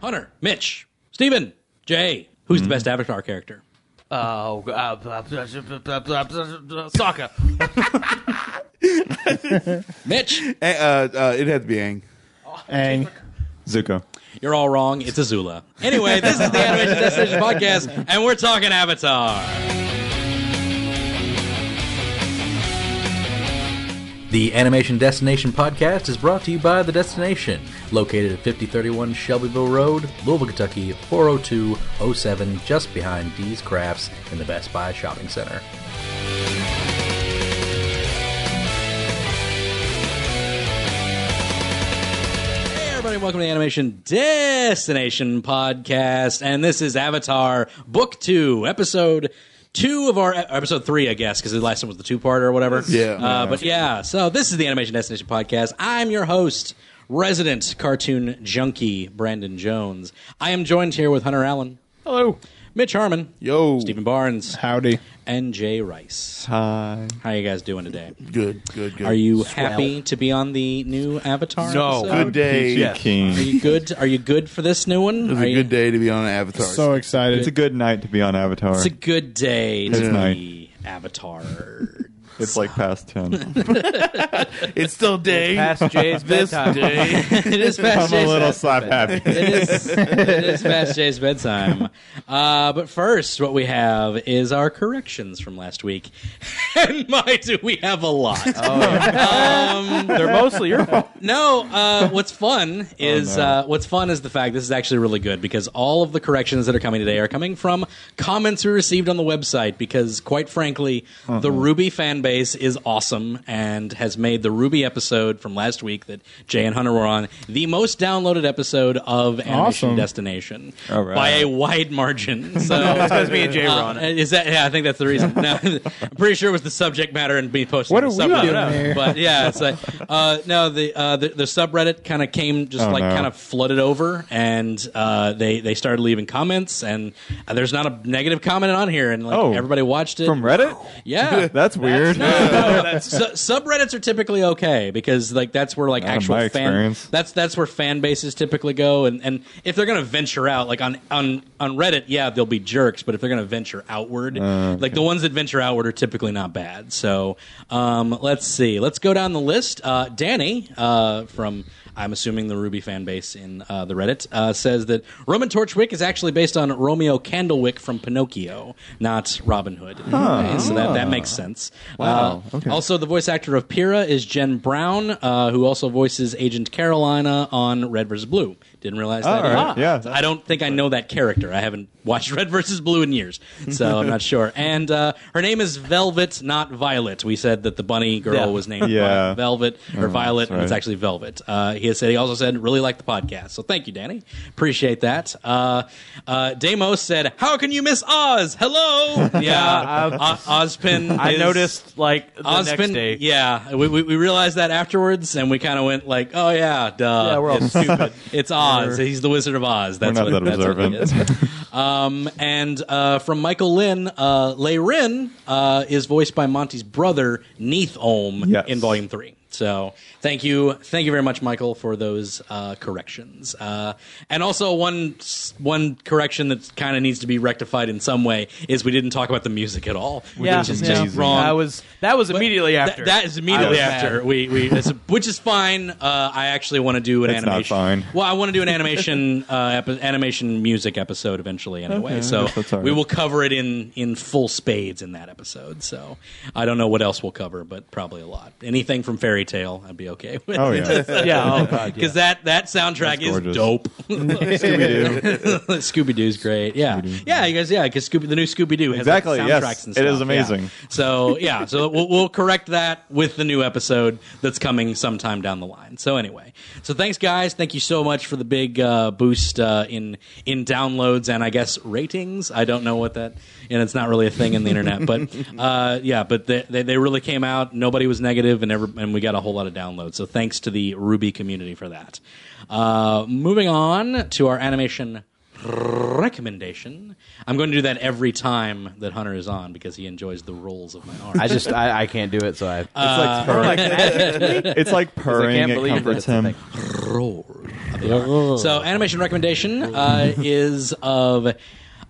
Hunter, Mitch, Steven, Jay. Who's the best Avatar character? Oh, uh, blah, blah, blah, blah, blah, blah, blah, Sokka. Mitch, Uh, uh, it had to be Aang. Oh, Aang. Zuko. you're all wrong. It's Azula. Anyway, this is the Animation Destination Podcast, and we're talking Avatar. The Animation Destination podcast is brought to you by The Destination, located at 5031 Shelbyville Road, Louisville, Kentucky, 40207, just behind D's Crafts in the Best Buy Shopping Center. Hey, everybody, welcome to the Animation Destination Podcast, and this is Avatar Book Two, Episode Two of our or Episode Three, I guess, because the last one was the two-parter or whatever. Yeah. Uh, but yeah, so this is the Animation Destination Podcast. I'm your host, resident cartoon junkie Brandon Jones. I am joined here with Hunter Allen, Hello. Mitch Harmon, Yo. Stephen Barnes, Howdy. and Jay Rice. Hi. How are you guys doing today? Good, good, good. Are you happy to be on the new Avatar? No. episode? Good day. Yeah. Are King. you good? Are you good for this new one? It was Are a you- good day to be on Avatar. So excited. It's a good night to be on Avatar. It's a good day to It's be Avatar. It's like past 10. it's still day. Past Jay's bedtime. it is I'm fast a Jay's. little slap happy. it, is, it is fast Jay's bedtime. Uh, but first, what we have is our corrections from last week, and my do we have a lot. They're mostly your fault. Um, Oh, No, uh, what's fun is no. uh, what's fun is the fact this is actually really good because all of the corrections that are coming today are coming from comments we received on the website. Because quite frankly, Uh-huh. the Ruby fan base is awesome and has made the Ruby episode from last week that Jay and Hunter were on the most downloaded episode of Animation Awesome. Destination All right. by a wide margin. So Because me and Jay were on it. uh, Is that? Yeah, I think that's the reason. No, I'm pretty sure it was the subject matter and being posted. What on are the we subreddit. doing here? But yeah, it's like uh, no, the, uh, the the subreddit kind of came just Oh, like no. kind of flooded over, and uh, they they started leaving comments, and uh, there's not a negative comment on here, and like Oh. everybody watched it From Reddit? Yeah. That's weird. Su- subreddits are typically okay because like that's where like of actual my fan experience. that's that's where fan bases typically go and and if they're gonna venture out like on on on Reddit yeah they'll be jerks but if they're gonna venture outward Uh, like the ones that venture outward are typically not bad so um let's see let's go down the list uh, Danny uh, from I'm assuming the Ruby fan base in uh, the Reddit uh, says that Roman Torchwick is actually based on Romeo Candlewick from Pinocchio, not Robin Hood. Okay, so that, that makes sense. Ah. Wow, Uh, okay. Also, the voice actor of Pyrrha is Jen Brown, uh, who also voices Agent Carolina on Red vs. Blue. Didn't realize that. All either. Oh, right, yeah. I don't think I know that character. I haven't watched Red vs. Blue in years, so I'm not sure. And uh, her name is Velvet, not Violet. We said that the bunny girl Yeah. was named Yeah. Oh, Velvet or Violet, that's and it's right. actually actually Velvet. Uh, he has said he also said really liked the podcast. So thank you, Danny. Appreciate that. Uh, uh, Damos said, "How can you miss Oz? Hello, yeah, uh, Ozpin. I is- noticed, like, the Ozpin. next day. Yeah, we, we we realized that afterwards, and we kind of went like, "Oh yeah, duh. Yeah, we're all it's, stupid. it's Oz. He's the Wizard of Oz. That's not what, that that's what he observant. is. um, and uh, from Michael Lynn, uh, Lay Rin uh, is voiced by Monty's brother Neith Ohm Yes. in Volume Three. So thank you, thank you very much, Michael, for those uh, corrections. Uh, and also one s- one correction that kind of needs to be rectified in some way is we didn't talk about the music at all, which Yeah, is yeah. just wrong. I was, that was immediately That- after. that is immediately I was after mad. we we it's, which is fine. Uh, I actually want to do an It's not animation. fine. Well, I want to do an animation uh, epi- animation music episode eventually. Anyway, so guess that's all we right. will cover it in in full spades in that episode. So I don't know what else we'll cover, but probably a lot. Anything from Fairy Tale, I'd be okay with. Oh, yeah. Yeah, oh, God, yeah. Because that, that soundtrack That's is gorgeous. dope. Scooby-Doo. Scooby Doo's great. Yeah, yeah, you guys. Yeah, because Scooby, the new Scooby Doo has Exactly, like, soundtracks yes. and stuff. It is yeah. amazing. So yeah, so we'll, we'll correct that with the new episode that's coming sometime down the line. So anyway, so thanks guys. Thank you so much for the big uh, boost uh, in in downloads and I guess ratings. I don't know what that, and it's not really a thing in the internet, but uh, yeah, but they, they they really came out. Nobody was negative, and every, and we got a whole lot of downloads. So thanks to the Ruby community for that. Uh, moving on to our animation recommendation. I'm going to do that every time that Hunter is on because he enjoys the rolls of my arm. I just I, I can't do it, so I It's like purring. It's like I purring. can't It believe that comforts it's a him. thing. roll. of the hour. So, animation recommendation uh, is of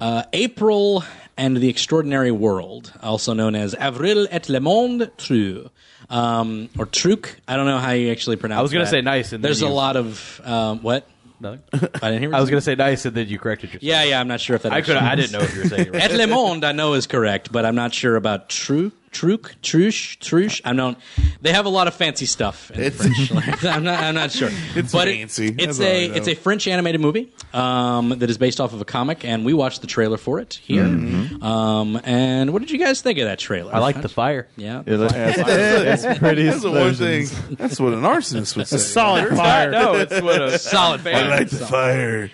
uh, April and the Extraordinary World, also known as Avril et le Monde True. Um, or Truk. I don't know how you actually pronounce it. I was gonna say nice, and then There's a you- lot of. Um, what? I didn't hear what I you was going to said. say nice, and then you corrected yourself. Yeah, yeah, I'm not sure if that I could. actually- I didn't know if you were saying it right. Et Le Monde, I know is correct, but I'm not sure about True, Truc, Truche, Truche. I don't. They have a lot of fancy stuff in It's- French. Like, I'm not. I'm not sure. It's but fancy. It, it's That's all I a. know. It's a French animated movie um, that is based off of a comic, and we watched the trailer for it here. Mm-hmm. Um, and what did you guys think of that trailer? I like the fire. Yeah. It- it's, it's pretty That's the one thing. explosions. That's what an arsonist would say. Solid fire. No, it's what a solid I like the fire.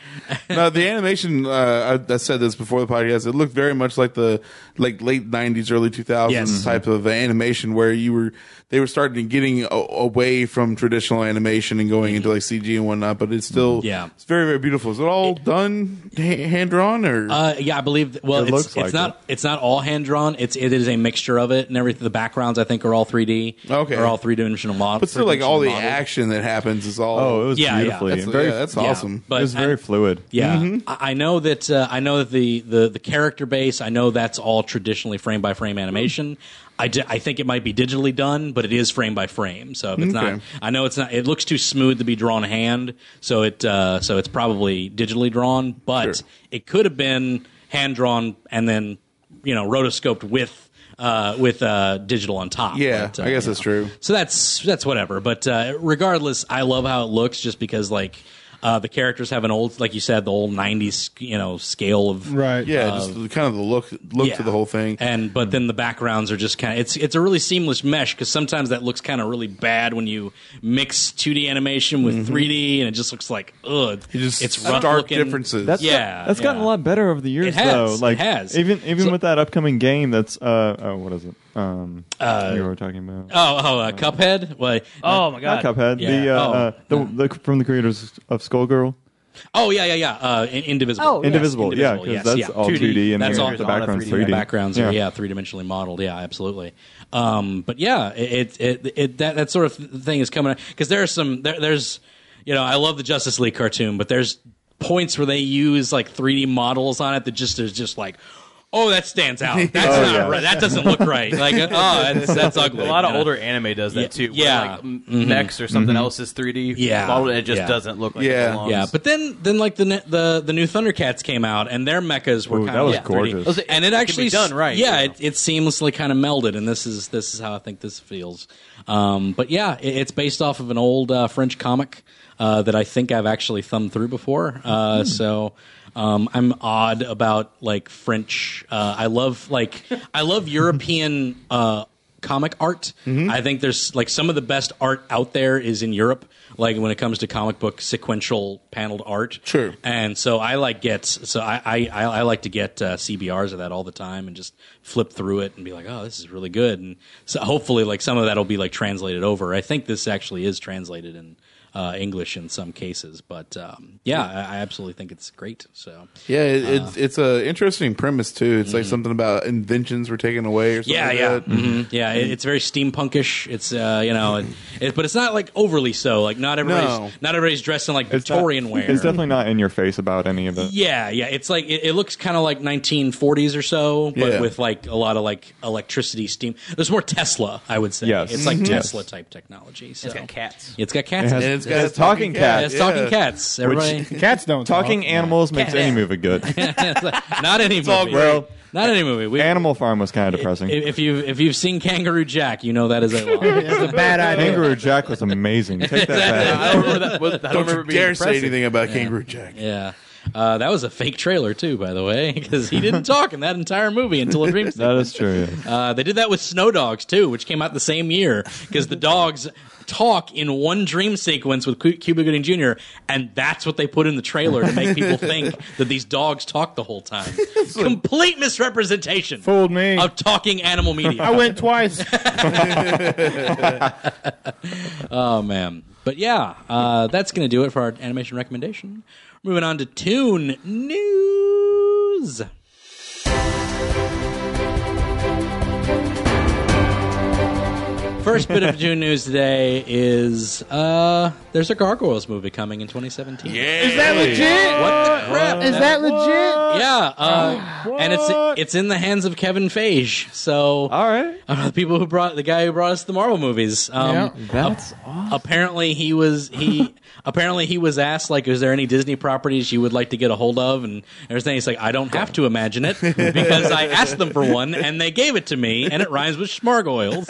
no, the animation. Uh, I, I said this before the podcast. It looked very much like the like late '90s, early 2000s Yes. Mm-hmm. type of animation where you were they were starting getting a- away from traditional animation and going into like CG and whatnot. But it's still Mm-hmm. Yeah. it's very very beautiful. Is it all done hand drawn or Uh, yeah, I believe. th- Well, It it's, looks it's like not. It's not all hand drawn. It's it is a mixture of it, and everything. The backgrounds, I think, are all 3D. Okay. are all three dimensional models. but still like all the models. action that happens is all Oh, it was Yeah, yeah. beautifully. That's- and very, yeah, that's yeah, awesome. But it was very I- fluid. Mm. Yeah, Mm-hmm. I, I know that. Uh, I know that the, the the character base. I know that's all traditionally frame by frame animation. I, di- I think it might be digitally done, but it is frame by frame. So if it's not, Okay. I know it's not. It looks too smooth to be drawn hand. So it uh, so it's probably digitally drawn, but Sure. it could have been hand drawn and then you know rotoscoped with. Uh, with uh, digital on top. Yeah, But, uh, I guess you that's know. true. So that's that's whatever. But uh, regardless, I love how it looks just because like uh, the characters have an old, like you said, the old '90s you know scale of Right. yeah, just kind of the look look yeah. to the whole thing. And but then the backgrounds are just kind of it's it's a really seamless mesh because sometimes that looks kind of really bad when you mix 2D animation Mm-hmm. with 3D and it just looks like ugh, It just it's rough stark looking. differences. That's Yeah, that's gotten yeah. a lot better over the years, It has, though. it Like has. even even So- with that upcoming game, that's uh, oh, what is it? Um, Uh, you were talking about Oh, oh, uh, Cuphead. Well, Oh my god! not Cuphead. The Yeah. uh, Oh, uh, the, the from the creators of Skullgirl, oh yeah, yeah, yeah. Uh, in- Indivisible. Oh, yeah. Indivisible. yeah, Indivisible, because yes, that's yeah. all 2D. 2D, and That's then all- the all on a background's 3D 3D. backgrounds are yeah three dimensionally modeled. Yeah, absolutely. Um, but yeah, it it, it, it that that sort of thing is coming because there are some there, there's you know I love the Justice League cartoon, but there's points where they use like 3D models on it that just is just like. Oh, that stands out. That's not yeah. right. That doesn't look right. Like, oh, that's, that's ugly. A lot of You know? older anime does that too. where, yeah. like, m- mechs or something else is 3D. Yeah. modeled, it just Yeah. doesn't look like Yeah. It belongs. Yeah, but then then like the ne- the the new Thundercats came out and their mechas were Ooh, kind that of was like 3D. gorgeous. It and it can be actually s- done right, Yeah, you know. it, it seamlessly kind of melded, and this is this is how I think this feels. Um, but yeah, it, it's based off of an old uh, French comic uh, that I think I've actually thumbed through before. Uh, So. Um, I'm odd about like French. Uh, I love like I love European uh, comic art. I think there's like some of the best art out there is in Europe. Like when it comes to comic book sequential paneled art. Sure. And so I like get so I I, I I like to get uh, CBRs of that all the time and just flip through it and be like, oh, this is really good. And so hopefully, like some of that'll be like translated over. I think this actually is translated in uh, English in some cases, but um, yeah, I, I absolutely think it's great. So Yeah, it, Uh, it's it's a interesting premise too. It's like something about inventions were taken away or mm. something. yeah, like yeah, that. Mhm. yeah. It, it's very steampunkish. It's uh, you know, it, it, but it's not like overly so. Like not everybody's No. not everybody's dressed in like It's not- Victorian wear. It's definitely not in your face about any of it. Yeah, yeah. It's like it, it looks kind of like 1940s or so, but Yeah. with like a lot of like electricity, steam. There's more Tesla, I would say. Yes. it's like Mhm. Yes. Tesla type technology. So. It's got cats. It's got It cats. has, in And it. it's it got has a talking talking cat. it's cats. talking yeah. cats. Everybody, Cats don't Talking talk. animals makes any movie good. It's like- not any movie. great. Not any movie. We, Animal Farm was kind of if, depressing. if you if you've seen Kangaroo Jack, you know that is a lie. It's a bad idea. Kangaroo Jack was amazing. Take that back. I don't remember that. was- I don't, Don't remember you it being dare say depressing. anything about Kangaroo Jack. yeah. Uh, that was a fake trailer too, by the way, because he didn't talk in that entire movie until a dream. That is true. yeah. Uh, they did that with Snow Dogs too, which came out the same year because the dogs talk in one dream sequence with Cu- Cuba Gooding Jr. and that's what they put in the trailer to make people think that these dogs talk the whole time. Complete misrepresentation Fooled me. of talking animal media. I went twice. Oh man. But yeah, uh, that's going to do it for our animation recommendation. Moving on to Tune News. first bit of June news today is uh, there's a Gargoyles movie coming in 2017. Is that legit? What the crap? Is that legit? Yeah, uh, and it's What? it's in the hands of Kevin Feige. So Ah. All right. uh, the people who brought the guy who brought us the Marvel movies. Um, Yeah. That's awesome. apparently he was he apparently he was asked like is there any disney properties you would like to get a hold of and everything he's like i don't have to imagine it because i asked them for one and they gave it to me and it rhymes with schmargoyles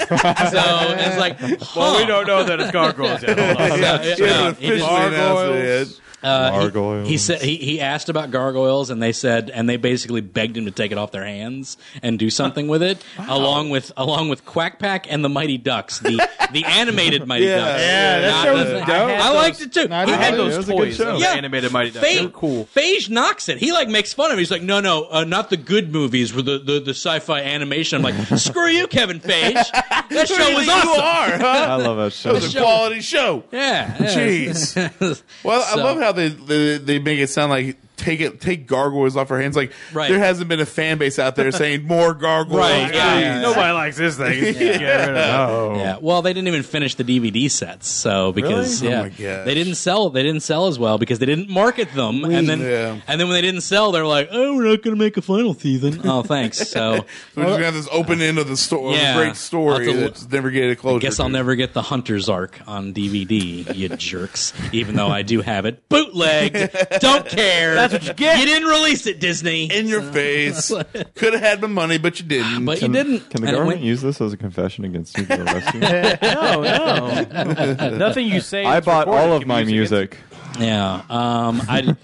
so it's like Well, we huh. don't know that it's gargoyles yet. Hold on. Yeah, yeah, She yeah. hasn't He just- officially announced it Gargoyles. yet. uh, he- Gargoyles. He said he, he asked about gargoyles, and they said, and they basically begged him to take it off their hands and do something with it, along with along with Quack Pack and the Mighty Ducks, the the animated Mighty Yeah. Ducks. Yeah, that Not show the- was I, dope. I liked it too. Not I I had Yeah, it those was a good toys show. of Yeah. animated Mighty Ducks. They Phage, were cool. Phage knocks it. He like makes fun of him. He's like, no, no, uh, not the good movies with the, the, the sci-fi animation. I'm like, screw you, Kevin Phage. That show was You awesome. are, huh? I love that show. It was a quality show. Yeah. yeah. Jeez. Well, So- I love how they, they they make it sound like take it take gargoyles off our hands. Like Right. there hasn't been a fan base out there saying more gargoyles. Right, yeah, please." yeah, Nobody likes this thing. Get rid of Yeah. Well, they didn't even finish the DVD sets, so because Really? Oh yeah, my gosh. they didn't sell. They didn't sell as well because they didn't market them, and then Yeah. and then when they didn't sell, they're like, oh, we're not going to make a final season. oh, thanks. So We're just gonna have this open end of the story, Yeah. great story Lots of- that's never get a closure. Guess I'll to. never get the Hunter's Arc on DVD, you jerks. Even though I do have it bootlegged. Don't care. That's what you get. You didn't release it, Disney. in your face. Could have had my money, but you didn't. but you didn't. Can And the it government went- use this as a confession against you for the rest of you? No, no. Nothing you say. I is bought recorded all of can my be used against- music. Yeah. Um, I,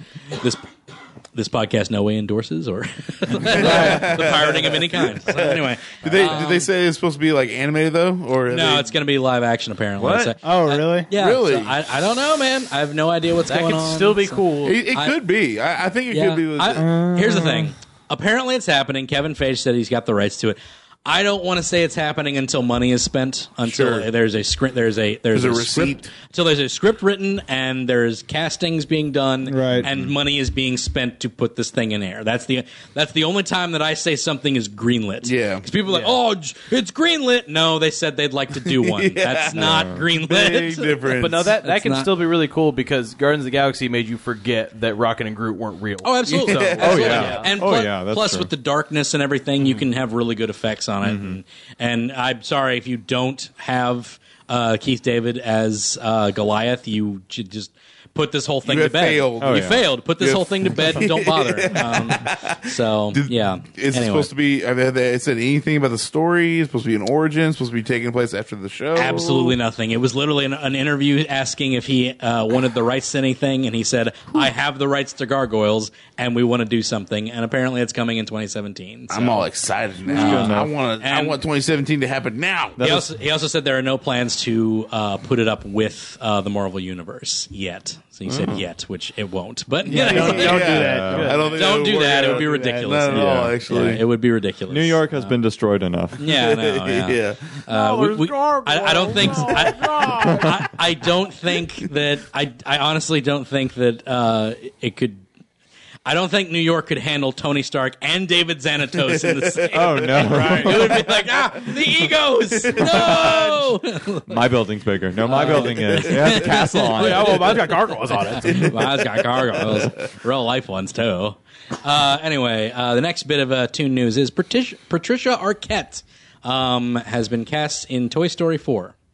this this podcast no way endorses or the pirating of any kind. So anyway. did they did they say it's supposed to be like animated though, or are um, No, they- it's going to be live action apparently. What? So- Oh, really? yeah. Really? so I, I don't know, man. I have no idea what's That going could on. still be cool. It, it I- could be. I, I think it could be. Uh. legit. I- here's the thing. Apparently, it's happening. Kevin Feige said he's got the rights to it. I don't want to say it's happening until money is spent. Until Sure. there's a script, there's a there's, There's a script, receipt. until there's a script written and there's castings being done, Right. And money is being spent to put this thing in air. That's the that's the only time that I say something is greenlit. Yeah. because people are like, oh, j- it's greenlit. No, they said they'd like to do one. That's not greenlit. Big difference. But no, that, that It's can not- still be really cool because Guardians of the Galaxy made you forget that Rocket and Groot weren't real. Oh, absolutely. Yeah. Absolutely. Oh, yeah. And Oh, plu- yeah, that's plus true. with the darkness and everything, you can have really good effects on it. Mm-hmm. And, and I'm sorry if you don't have uh, Keith David as uh, Goliath, you should just put this whole thing to You have bed. failed. Oh, you yeah. failed. Put this You have- whole thing to bed. and Don't bother. Um, so Did- yeah. Is it Anyway. supposed to be? Have they- they said anything about the story? It's supposed to be an origin. It's supposed to be taking place after the show. Absolutely nothing. It was literally an, an interview asking if he uh, wanted the rights to anything, and he said, "I have the rights to gargoyles, and we want to do something." And apparently, it's coming in 2017. so- I'm all excited now. I want to. I And- want 2017 to happen now. He also, he also said there are no plans to uh, put it up with uh, the Marvel Universe yet. So he Mm. said yet, which it won't. But you know, Don't, don't, don't do that. I don't think that would do work that. It out. would be ridiculous. Not at Yeah. all. Actually, Yeah, it would be ridiculous. New York has been destroyed enough. Yeah, no, yeah. yeah. Uh, we- we- I, I don't think. I, I, I don't think that. I, I honestly don't think that uh, it could. I don't think New York could handle Tony Stark and David Xanatos in the same. Oh no, It would be like ah, the egos. No. my building's bigger. No, my building is. It has a castle on Oh, it. yeah, well, mine's got gargoyles on it. Mine's got gargoyles, real life ones too. Uh, anyway, uh, the next bit of uh, tune news is Patricia, Patricia Arquette um, has been cast in Toy Story Four.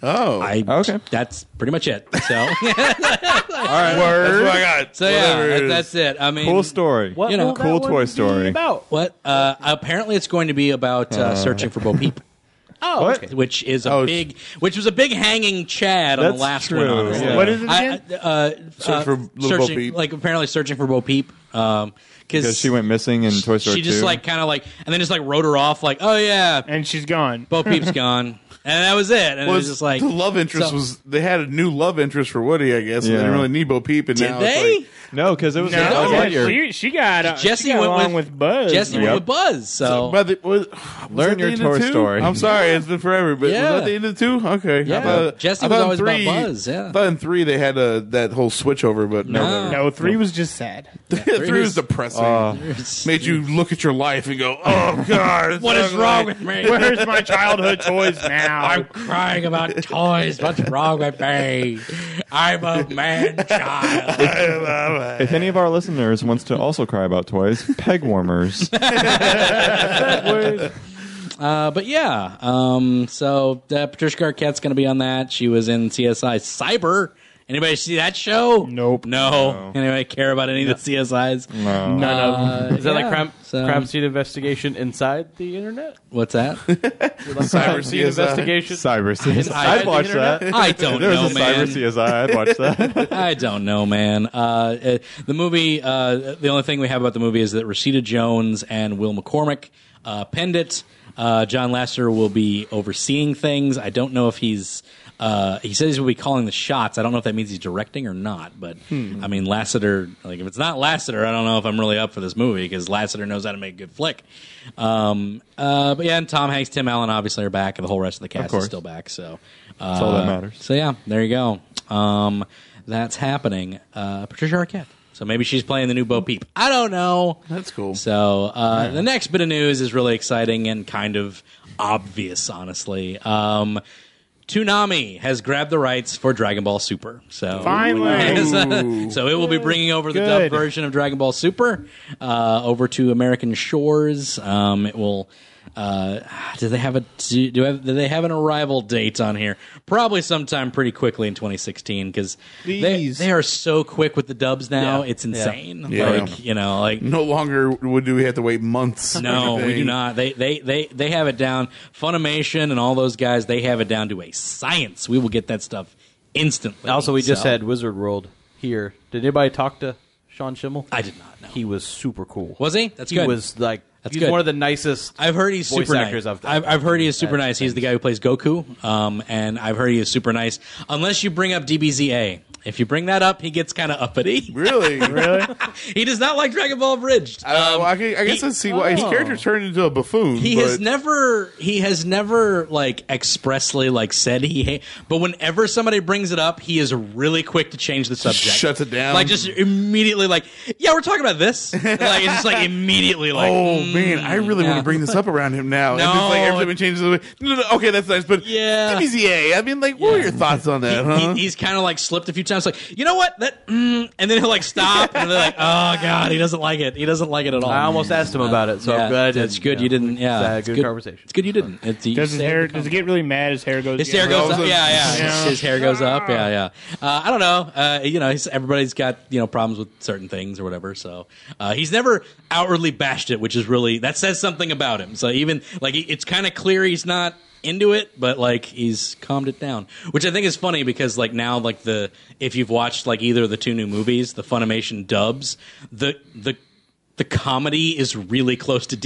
Oh, I Okay. That's pretty much it. So, word. That's what I got. so yeah, Whatever it that, is. that's it. I mean, Cool story. What You know, will that cool one Toy be Story. About? What? Uh, apparently, it's going to be about uh, searching for Bo Peep, Oh, What? okay. which is a Oh, it's- big, which was a big hanging Chad on the That's last true, one. honestly. yeah. What is it I- again? I- uh, uh, for little Bo searching, Peep. like apparently searching for Bo Peep, um, Because she went missing in Toy Story she just 2. like kind of like and then just like wrote her off like oh yeah And she's gone. bo peep's gone and that was it and it was it's- just like the love interest so- was they had a new love interest for Woody, I guess. And they Yeah. didn't really need Bo Peep, and did now they It's like, no, because it was it was Yeah, that year. she, she got uh, jesse she got went along with, with, Buzz. jesse man. went with buzz so by the, was, was that Learn your the end Toy of two? Story. I'm sorry, it's been forever, but Yeah. was that the end of two? Okay, Yeah. I thought- Jesse I was thought in always about three, Buzz, yeah. I thought in three they had uh, that whole switch over, but no, No. No, three was just sad. three was depressing. Uh, Made you look at your life and go, "Oh God, what is wrong with me Where's my childhood toys now? now. I'm crying about toys. What's wrong with me? I'm a man child. If any of our listeners wants to also cry about toys, peg warmers. Uh, but yeah, um, so uh, Patricia Arquette's going to be on that. She was in CSI Cyber. Anybody see that show? Nope. No. Anybody care about any of the CSIs? No. None of Is that like Uh, yeah, crime, so- crime scene investigation inside the internet? What's that? Cyber CSI. uh, Scene investigation? Cyber CSI. I'd I'd watch watch that. that. I don't there was know, a man. Cyber CSI. I'd watch that. I don't know, man. Uh, uh, the movie, uh, the only thing we have about the movie is that Rashida Jones and Will McCormick uh, penned it. Uh, John Lasseter will be overseeing things. I don't know if he's. Uh, he says he'll be calling the shots. I don't know if that means he's directing or not, but Hmm. I mean, Lasseter. Like, if it's not Lasseter, I don't know if I'm really up for this movie because Lasseter knows how to make a good flick. Um, uh, but yeah, and Tom Hanks, Tim Allen, obviously are back, and the whole rest of the cast is course. still back. So That's all that uh, matters. So yeah, there you go. Um, that's happening. Uh, Patricia Arquette. So maybe she's playing the new Bo Peep. I don't know. That's cool. So uh, the next bit of news is really exciting and kind of obvious, honestly. Um, Toonami has grabbed the rights for Dragon Ball Super. So Finally. so it will be bringing over the Good. dub version of Dragon Ball Super uh, over to American shores. Um, it will. Uh, do they have a do, do, have, do they have an arrival date on here? Probably sometime pretty quickly in 2016 because they Please. they are so quick with the dubs now. Yeah. It's insane. Yeah. Like you know, like No longer would do we have to wait months. for no, we do anything. not. They, they they they have it down. Funimation and all those guys, they have it down to a science. We will get that stuff instantly. Also, we just So- had Wizard World here. Did anybody talk to Sean Schimmel? I did not know. He was super cool. Was he? That's he good. was like That's he's good. one of the nicest. I've heard he's voice super actors nice. I've, I've, I've heard he is super I've- nice. He's the guy who plays Goku, um, and I've heard he is super nice. Unless you bring up DBZA. If you bring that up, he gets kind of uppity. Really? really? he does not like Dragon Ball Bridged. I, don't know. I, can- I guess he- Oh. I see why his character turned into a buffoon. He but has never he has never like expressly like said he hate but whenever somebody brings it up, he is really quick to change the subject. shuts it down. Like just immediately like, yeah, we're talking about this. like it's just like immediately like mm, Oh man, I really want yeah. to bring this up around him now. No, and just like everything changes. the way- No, no, okay, that's nice, but Yeah. DBZA. I mean, like, what were your thoughts on that? He- huh? he's kind of like slipped a few times, like you know what? That mm, and then he'll like stop, and they're like, oh god, he doesn't like it. He doesn't like it at all. I almost asked him about it, so Oh, Yeah, I'm glad. I It's didn't, good you didn't. Yeah, It's a it's good conversation. It's good you didn't. It's, you Does his stayed hair? with the Does it get really mad? His hair goes. His hair goes up. Yeah. Yeah, yeah. Yeah. His hair goes up. Yeah, yeah. Uh, I don't know. Uh, you know, he's, everybody's got you know problems with certain things or whatever. So uh, he's never outwardly bashed it, which is really that says something about him. So even like he- it's kind of clear he's not into it, but like he's calmed it down, which I think is funny because like now like the if you've watched like either of the two new movies, the Funimation dubs, the the the comedy is really close to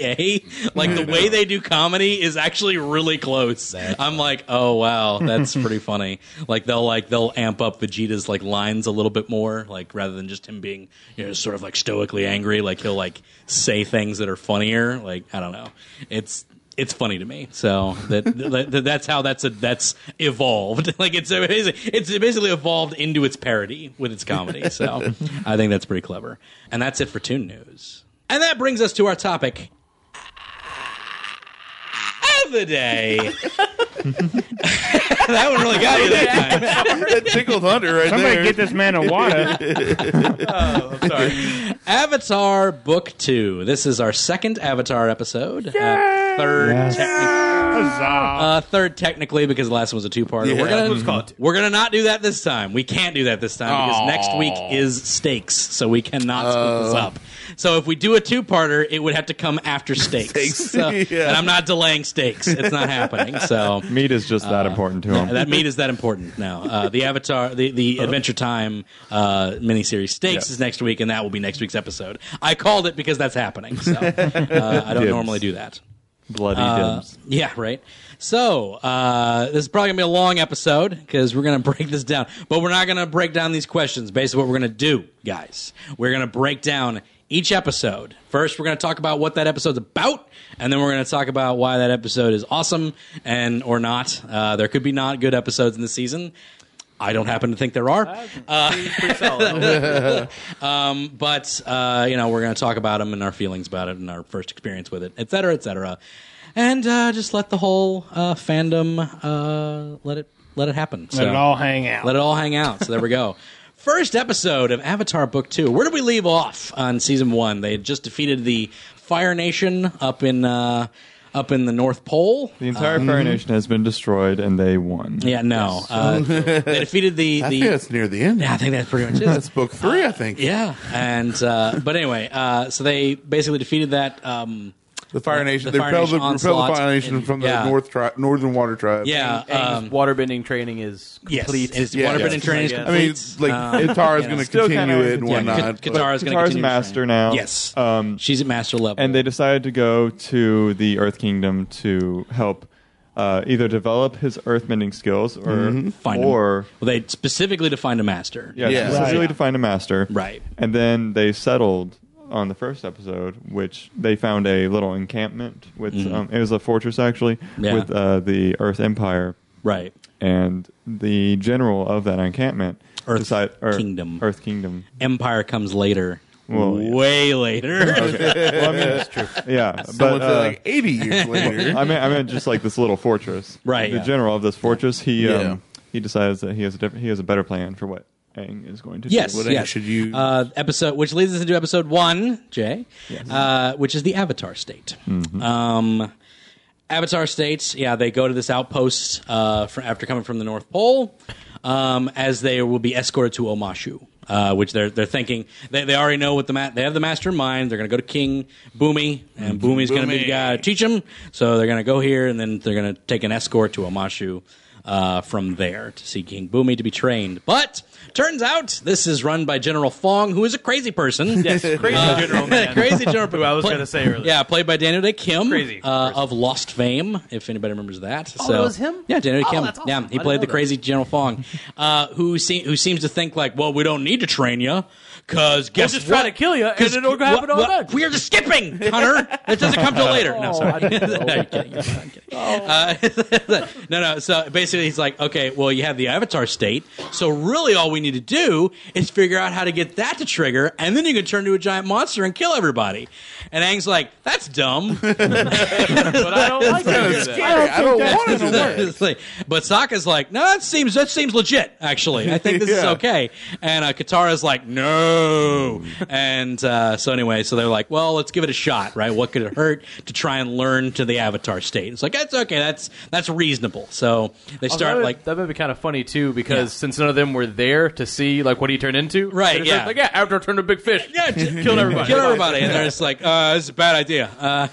DBZA. Like the way they do comedy is actually really close. I'm like, oh wow, that's pretty funny. Like they'll like they'll amp up Vegeta's like lines a little bit more, like rather than just him being you know sort of like stoically angry. Like he'll like say things that are funnier. Like I don't know, it's. It's funny to me, so that, that that's how that's a, that's evolved. Like it's it's basically evolved into its parody with its comedy. So I think that's pretty clever. And that's it for Toon News. And that brings us to our topic of the day. that one really got you that time. that tickled Hunter right Somebody there. get this man a water. Avatar Book 2. This is our second Avatar episode. Uh, third, techni- Huzzah. uh, third technically, because the last one was a two-parter. Yeah, We're gonna let's call it two. we're gonna not do that this time. We can't do that this time because Aw. Oh. next week is stakes, so we cannot split this up. So if we do a two-parter, it would have to come after stakes. Stakes. So- Yeah. And I'm not delaying stakes. It's not happening. So Meat is just that important to him. that meat is that important now. Uh, the Avatar, the, Uh-huh. the Adventure Time uh, miniseries Stakes Yeah. is next week, and that will be next week's episode. I called it because that's happening. So uh, I don't Dibs. normally do that. Bloody Uh, dims. Yeah, right. So uh, this is probably gonna be a long episode because we're gonna break this down, but we're not gonna break down these questions. Basically, what we're gonna do, guys, we're gonna break down each episode. First, we're gonna talk about what that episode's about, and then we're gonna talk about why that episode is awesome and or not. Uh, there could be not good episodes in the season. I don't happen to think there are Um, uh, but uh, you know we're going to talk about them and our feelings about it and our first experience with it, et cetera, et cetera. and uh, just let the whole uh, fandom uh, let it let it happen. Let So- it all hang out. let it all hang out. So there we go. First episode of Avatar Book Two. Where did we leave off on season one? They had just defeated the Fire Nation up in uh, up in the North Pole. The entire Fire Nation has been destroyed, and they won. Yeah, no, uh, they defeated the I the. think that's near the end. yeah, I think that's pretty much it. That's book three, I think. yeah, and uh, but anyway, uh, so they basically defeated that. Um, The Fire The Nation. they Fire repelled, Nation the, repelled the onslaught. Fire Nation from the Yeah. North tri- Northern Water Tribe. yeah, Aang's um, waterbending training is yes, complete. it's Yeah, waterbending yes. training. is I I mean, complete. like uh, Katara's going to Still continue kinda- it and yeah, whatnot. Ka- but- Katara's going to Katara's continue. master now. Yes, Um, she's at master level, and they decided to go to the Earth Kingdom to help uh, either develop his earthmending skills or Mm-hmm. find or a, well, they specifically defined a master. yeah, Yeah. specifically Right. to find a master. Right. And then they settled on the first episode, which they found a little encampment with um, it was a fortress actually Mm. Yeah. with uh, the Earth Empire. right. And the general of that encampment, Earth decide- or- Kingdom. Earth Kingdom. Empire comes later. Well, yeah. Way later. Well, I mean, that's true. Yeah, Someone but said uh, like 80 years later. Um, I mean, I meant just like this little fortress. Right. The Yeah. general of this fortress, he Yeah. um, he decides that he has a different, he has a better plan for what Aang is going to yes. do. What yes. should you- Uh, episode, which leads us into episode one, Jay, uh, which is the Avatar State. Mm-hmm. Um, Avatar states, yeah, they go to this outpost uh, fr after coming from the North Pole, um, as they will be escorted to Omashu, uh, which they're they're thinking they, they already know what the ma- they have the master in mind. They're going to go to King Boomy, and Boomy's going to be the guy to teach them. So they're going to go here, and then they're going to take an escort to Omashu. Uh, from there to see King Boomy to be trained, but turns out this is run by General Fong, who is a crazy person. Yes, crazy Uh, general man. crazy general. Who I was Play- gonna say earlier. Yeah, played by Daniel Day Kim, Crazy uh, person. of Lost Fame, if anybody remembers that. Oh, so, that was him? Yeah, Daniel Day Oh, Kim. that's awesome. Yeah, I he didn't played know the that. crazy General Fong, uh, who se- who seems to think like, well, we don't need to train you. Cause guess just what? try to kill ya, and 'Cause it'll what- happen all Oh, what- at once. We are just skipping, Hunter. It doesn't come till later. No, sorry. No, you're kidding. You're fine. I'm kidding. Uh, no, no. So basically, he's like, okay, well, you have the avatar state. So really, all we need to do is figure out how to get that to trigger, and then you can turn into a giant monster and kill everybody. And Aang's like, that's dumb. but I don't like to do that. Scary. I don't want it to work. It's like- but Sokka's like, no, that seems that seems legit. Actually, I think this is Yeah. okay. And uh, Katara's like, no. And uh, so anyway, so they're like, well, let's give it a shot, right? What could it hurt to try and learn to the Avatar state? It's like that's okay. That's that's reasonable. So they Although start that, like. that might be kind of funny too, because Yeah. since none of them were there to see like what he turned into, Right, they're just yeah. Like yeah, after turned a big fish. Yeah, Killed everybody. Kill everybody. And they're just like, uh, this is a bad idea. Uh,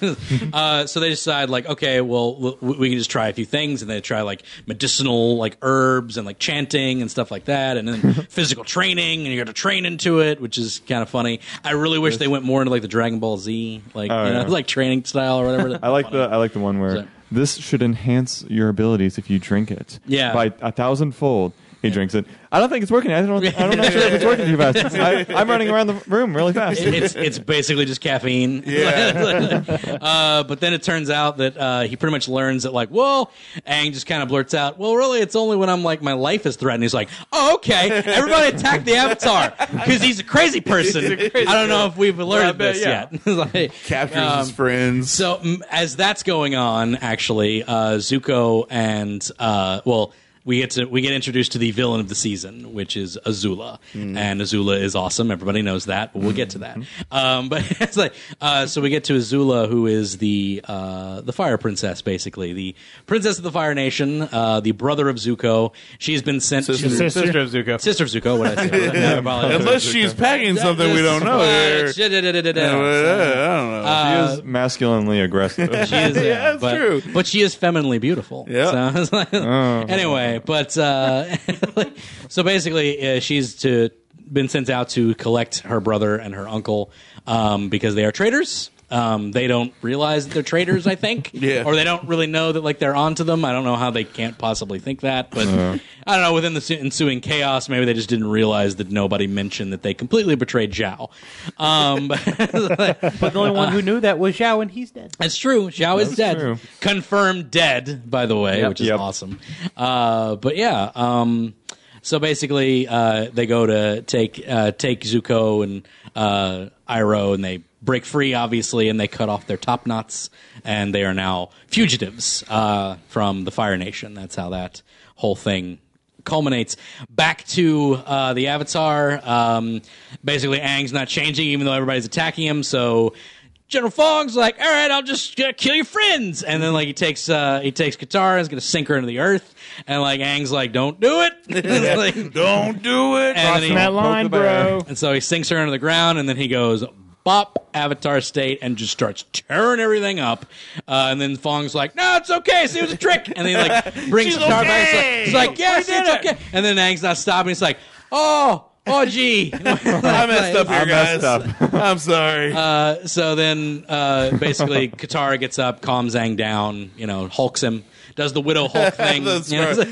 uh, so they decide, like, okay, well, w- we can just try a few things. And they try, like, medicinal, like, herbs and, like, chanting and stuff like that. And then physical training. And you got to train into it, which is kind of funny. I really wish they went more into, like, the Dragon Ball Z, like, Oh, you know, yeah. like training style or whatever. I like the I like the one where So- this should enhance your abilities if you drink it. Yeah. By a thousandfold. He drinks it. I don't think it's working. I don't. I don't know sure if it's working too fast. I, I'm running around the room really fast. it's it's basically just caffeine. Yeah. uh, but then it turns out that uh, he pretty much learns that like, whoa, Aang just kind of blurts out, well, really, it's only when I'm like my life is threatened. He's like, oh, okay, everybody attack the Avatar because he's a crazy person. I don't know if we've learned bet, this yeah. yet. Like, Captures um, his friends. so mm, as that's going on, actually, uh, Zuko and uh, well, we get to we get introduced to the villain of the season, which is Azula, and Azula is awesome. Everybody knows that, but we'll get to that. Um, but it's like uh, so we get to Azula, who is the uh, the Fire Princess, basically the princess of the Fire Nation, uh, the brother of Zuko. She's been sent Sister. to. Sister. Sister of Zuko. Sister of Zuko, what did I say? I apologize. Unless she's packing something we don't know. Uh, there. Uh, I don't know. she is masculinely aggressive. She is, yeah, that's but, true. But she is femininely beautiful. Yeah. Oh, So it's like- anyway, but uh, so basically, uh, she's to been sent out to collect her brother and her uncle um, because they are traitors. Um, they don't realize that they're traitors, I think, Yeah. or they don't really know that like they're onto them. I don't know how they can't possibly think that, but Uh-huh. I don't know. Within the su- ensuing chaos, maybe they just didn't realize that nobody mentioned that they completely betrayed Zhao. Um, But the only one who knew that was Zhao, and he's dead. That's true. Zhao is dead. true. Confirmed dead, by the way, Yep. which is Yep. awesome. Uh, but yeah, um, so basically, uh, they go to take uh, take Zuko and uh, Iroh, and they break free, obviously, and they cut off their top knots, and they are now fugitives uh, from the Fire Nation. That's how that whole thing culminates back to uh, the Avatar. Um, basically, Aang's not changing, even though everybody's attacking him. So General Fogg's like, "All right, I'll just uh, kill your friends," and then like he takes uh, he takes Katara, is gonna sink her into the earth, and like Aang's like, "Don't do it." It's like- Don't do and, it. then Crossing that he, line, bro. and so he sinks her into the ground, and then he goes. Bop Avatar State and just starts tearing everything up, uh, and then Fong's like, "No, it's okay. See, it was a trick." And then he like brings Katara back. He's like, he's like, "Yes, it's okay." And then Aang's not stopping. He's like, "Oh, oh, gee." I messed up here, guys. messed I'm sorry. so then uh, basically Katara gets up, calms Aang down, you know, hulks him, does the widow Hulk thing, That's you know, right.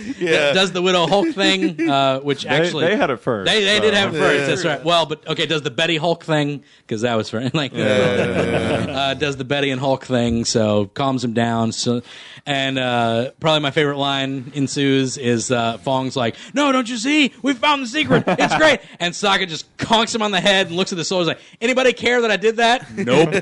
Yeah. does the widow Hulk thing, uh, which They, actually they had it first. They, they did so- have it first. That's right. Well, but okay, does the Betty Hulk thing because that was for like uh, does the Betty and Hulk thing, so calms him down. So, and uh, probably my favorite line ensues is uh, Fong's like, "No, don't you see? We found the secret. It's great." and Sokka just conks him on the head and looks at the soldier's like, "Anybody care that I did that?" Nope.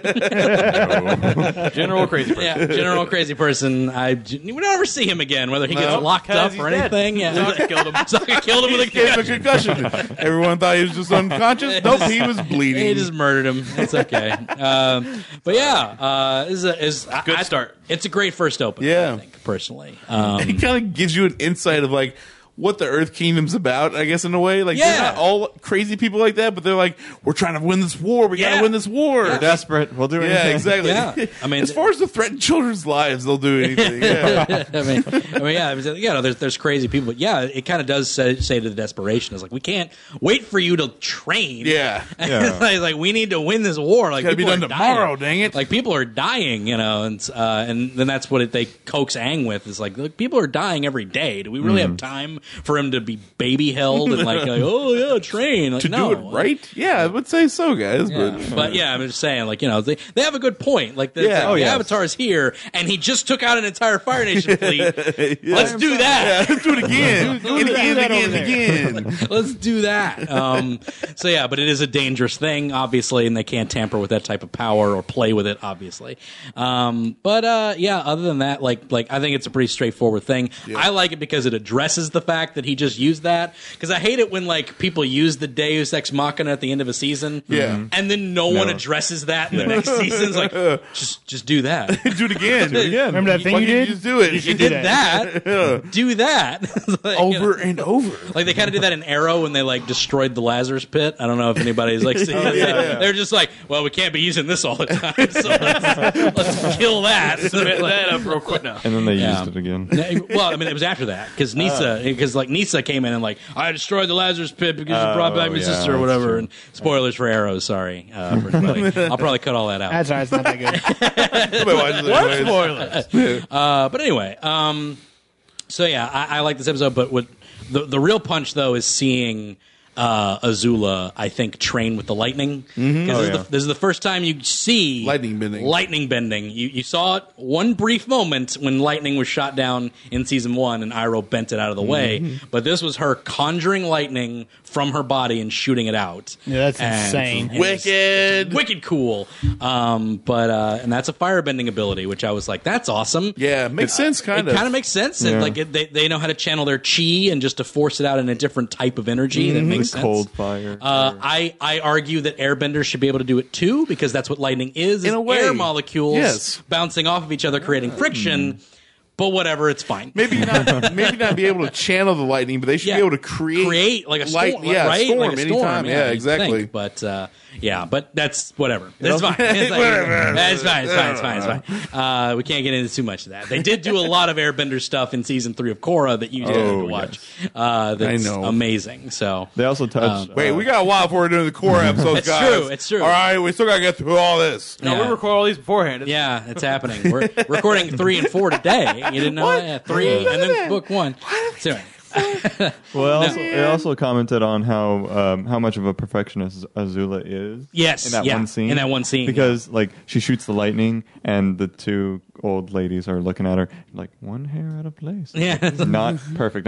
General crazy. Person. yeah, general crazy person. I we don't ever see him again, whether he gets No, locked up he's or dead. anything. Yeah. Sokka killed him. Sokka killed him with a Gave him a gun. concussion. Everyone thought he was just unconscious. Nope, he was bleeding. He just murdered him. It's okay. um, but yeah, uh, this is a, is I- Good I- start. It's a great first open. Yeah. I think, personally. Um, it kind of gives you an insight of like what the Earth Kingdom's about, I guess, in a way. Like, Yeah. they're not all crazy people like that, but they're like, we're trying to win this war. We Yeah. gotta win this war. We're desperate. We'll do Yeah, anything. exactly. Yeah. I mean- as far as to threaten children's lives, they'll do anything. Yeah. I mean, I mean, yeah, I mean, you know, there's there's crazy people, but yeah, it kind of does say, say to the desperation is like we can't wait for you to train. Yeah. Yeah. It's like, like, we need to win this war. Like Gotta be people done are dying. tomorrow, dang it. Like people are dying, you know, and uh, and then that's what it, they coax Ang with is like look, people are dying every day. Do we Hmm. really have time for him to be baby held and like, like, oh yeah, train like, to no. do it right? Yeah, I would say so, guys. But, But yeah, I'm just saying, like you know, they, they have a good point. Like the, Yeah. the Oh, yes. Avatar is here, and he just took out an entire Fire Nation fleet. Let's do that. Yeah, let's do it again. do and that. again, Do again, that over there. again. Let's do that. Um, so yeah, but it is a dangerous thing, obviously, and they can't tamper with that type of power or play with it, obviously. Um, but uh, yeah, other than that, like like I think it's a pretty straightforward thing. I like it because it addresses the fact that he just used that. Because I hate it when like people use the Deus Ex Machina at the end of a season, Yeah. and then no, one addresses that in the next season. It's like just just do that. do it again. Remember that thing Why you can't did? you just do it? You do did that. Do that. It's like, you know. Over and over. Like they kind of did that in Arrow when they like destroyed the Lazarus Pit. I don't know if anybody's like Oh, seen that. They're just like, well, we can't be using this all the time, so let's, let's kill that. So, Set like, that up real quick now. And then they Yeah. used it again. well, I mean, it was after that Uh. because Nisa, because like Nisa came in and like I destroyed the Lazarus Pit because you brought back my Oh, yeah, sister or that's whatever. true. And spoilers for Arrow, sorry. Uh, for anybody. I'll probably cut all that out. That's right. It's not that good. What Spoilers. Uh, but anyway, um, so yeah, I, I like this episode. But what the the real punch though is seeing uh, Azula, I think, train with the lightning because this, is yeah. the this is the first time you see Mm-hmm. Oh, Lightning bending. Lightning bending. You you saw it one brief moment when lightning was shot down in season one, and Iroh bent it out of the way. Mm-hmm. But this was her conjuring lightning from her body and shooting it out. Yeah, that's And- insane. and it's- Wicked. wicked cool. Um, but uh, and that's a firebending ability, which I was like, that's awesome. Yeah, makes sense, kind It of. kind of makes sense. And Yeah. like it, they, they know how to channel their chi and just to force it out in a different type of energy Mm-hmm. that makes sense. Cold fire. Uh, I, I argue that airbenders should be able to do it too because that's what lightning is. is a way. air molecules Yes. Hmm. bouncing off of each other, creating friction. But whatever, it's fine. Maybe not. maybe not be able to channel the lightning, but they should Yeah. be able to create create like a light- storm, yeah, right? storm like a storm, anytime. Yeah, you'd exactly. think, But uh, yeah, but that's whatever. That's fine. It's like- That's fine. It's fine. It's fine. It's fine. Uh-huh. Uh, we can't get into too much of that. They did do a lot of Airbender stuff in season three of Korra that you didn't Oh, watch. Uh, that's I know. amazing. So they also touched. uh, Wait, we got a while before we're doing the core episodes, uh, It's guys. true, it's true. All right, we still got to get through all this. No, Yeah. we record all these beforehand. It's yeah, it's happening. We're recording three and four today. You didn't know that? Yeah, three and then book one. So, anyway, Well, also, it also commented on how um, how much of a perfectionist Azula is. Yes, in that yeah, one scene. in that one scene, because like she shoots the lightning, and the two old ladies are looking at her like one hair out of place. Yeah. It's not perfect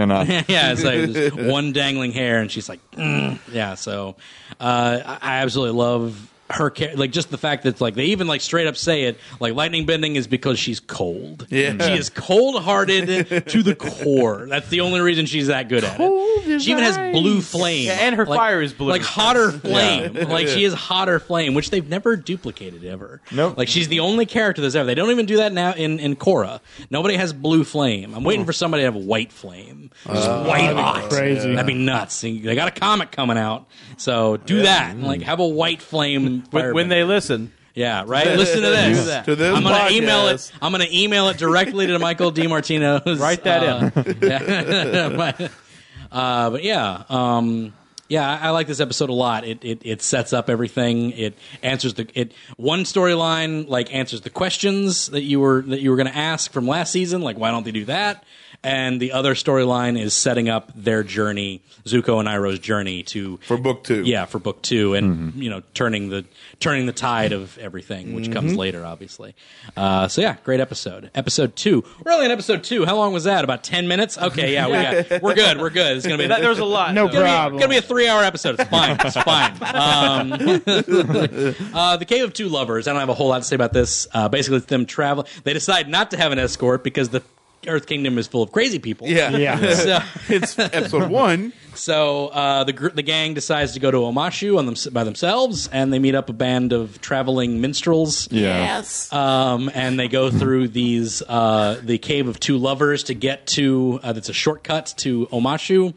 enough. yeah, it's like just one dangling hair, and she's like, "Mm." yeah. So uh, I I absolutely love her char- like just the fact that like they even like straight up say it like lightning bending is because she's cold. Yeah. She is cold hearted to the core. That's the only reason she's that good at it. She even has blue flame. Yeah, and her Like- fire is blue. Like hotter flame. Like she is hotter flame, which they've never duplicated ever. Nope. Like she's the only character that's ever. They don't even do that now in in Korra. Nobody has blue flame. I'm waiting for somebody to have white flame. Just white hot. crazy. That'd be nuts. They got a comic coming out, so do that. Like have a white flame When, when firebender. they listen, Yeah, right. Listen to this. Do that. To this I'm gonna email podcast. it. I'm gonna email it directly to Michael DiMartino's. Write that in. Yeah. uh, but yeah, um, yeah, I, I like this episode a lot. It, it it sets up everything. It answers the it one storyline like answers the questions that you were that you were gonna ask from last season. Like why don't they do that? And the other storyline is setting up their journey, Zuko and Iroh's journey to for book two. yeah for book two and you know turning the turning the tide of everything which comes later obviously uh, so yeah great episode episode two we're only in episode two how long was that about 10 minutes okay yeah we got, we're good we're good it's gonna be that, there's a lot. No though. Gonna be- problem. Gonna be a three-hour episode. It's fine. It's fine. Um, uh, the Cave of Two Lovers. I don't have a whole lot to say about this. Uh, basically, it's them travel. They decide not to have an escort because the Earth Kingdom is full of crazy people. yeah, Yeah. So, it's episode one. so uh, the gr- the gang decides to go to Omashu on them- by themselves, and they meet up a band of traveling minstrels. Yeah. Um, and they go through these uh, the cave of two lovers to get to uh, that's a shortcut to Omashu.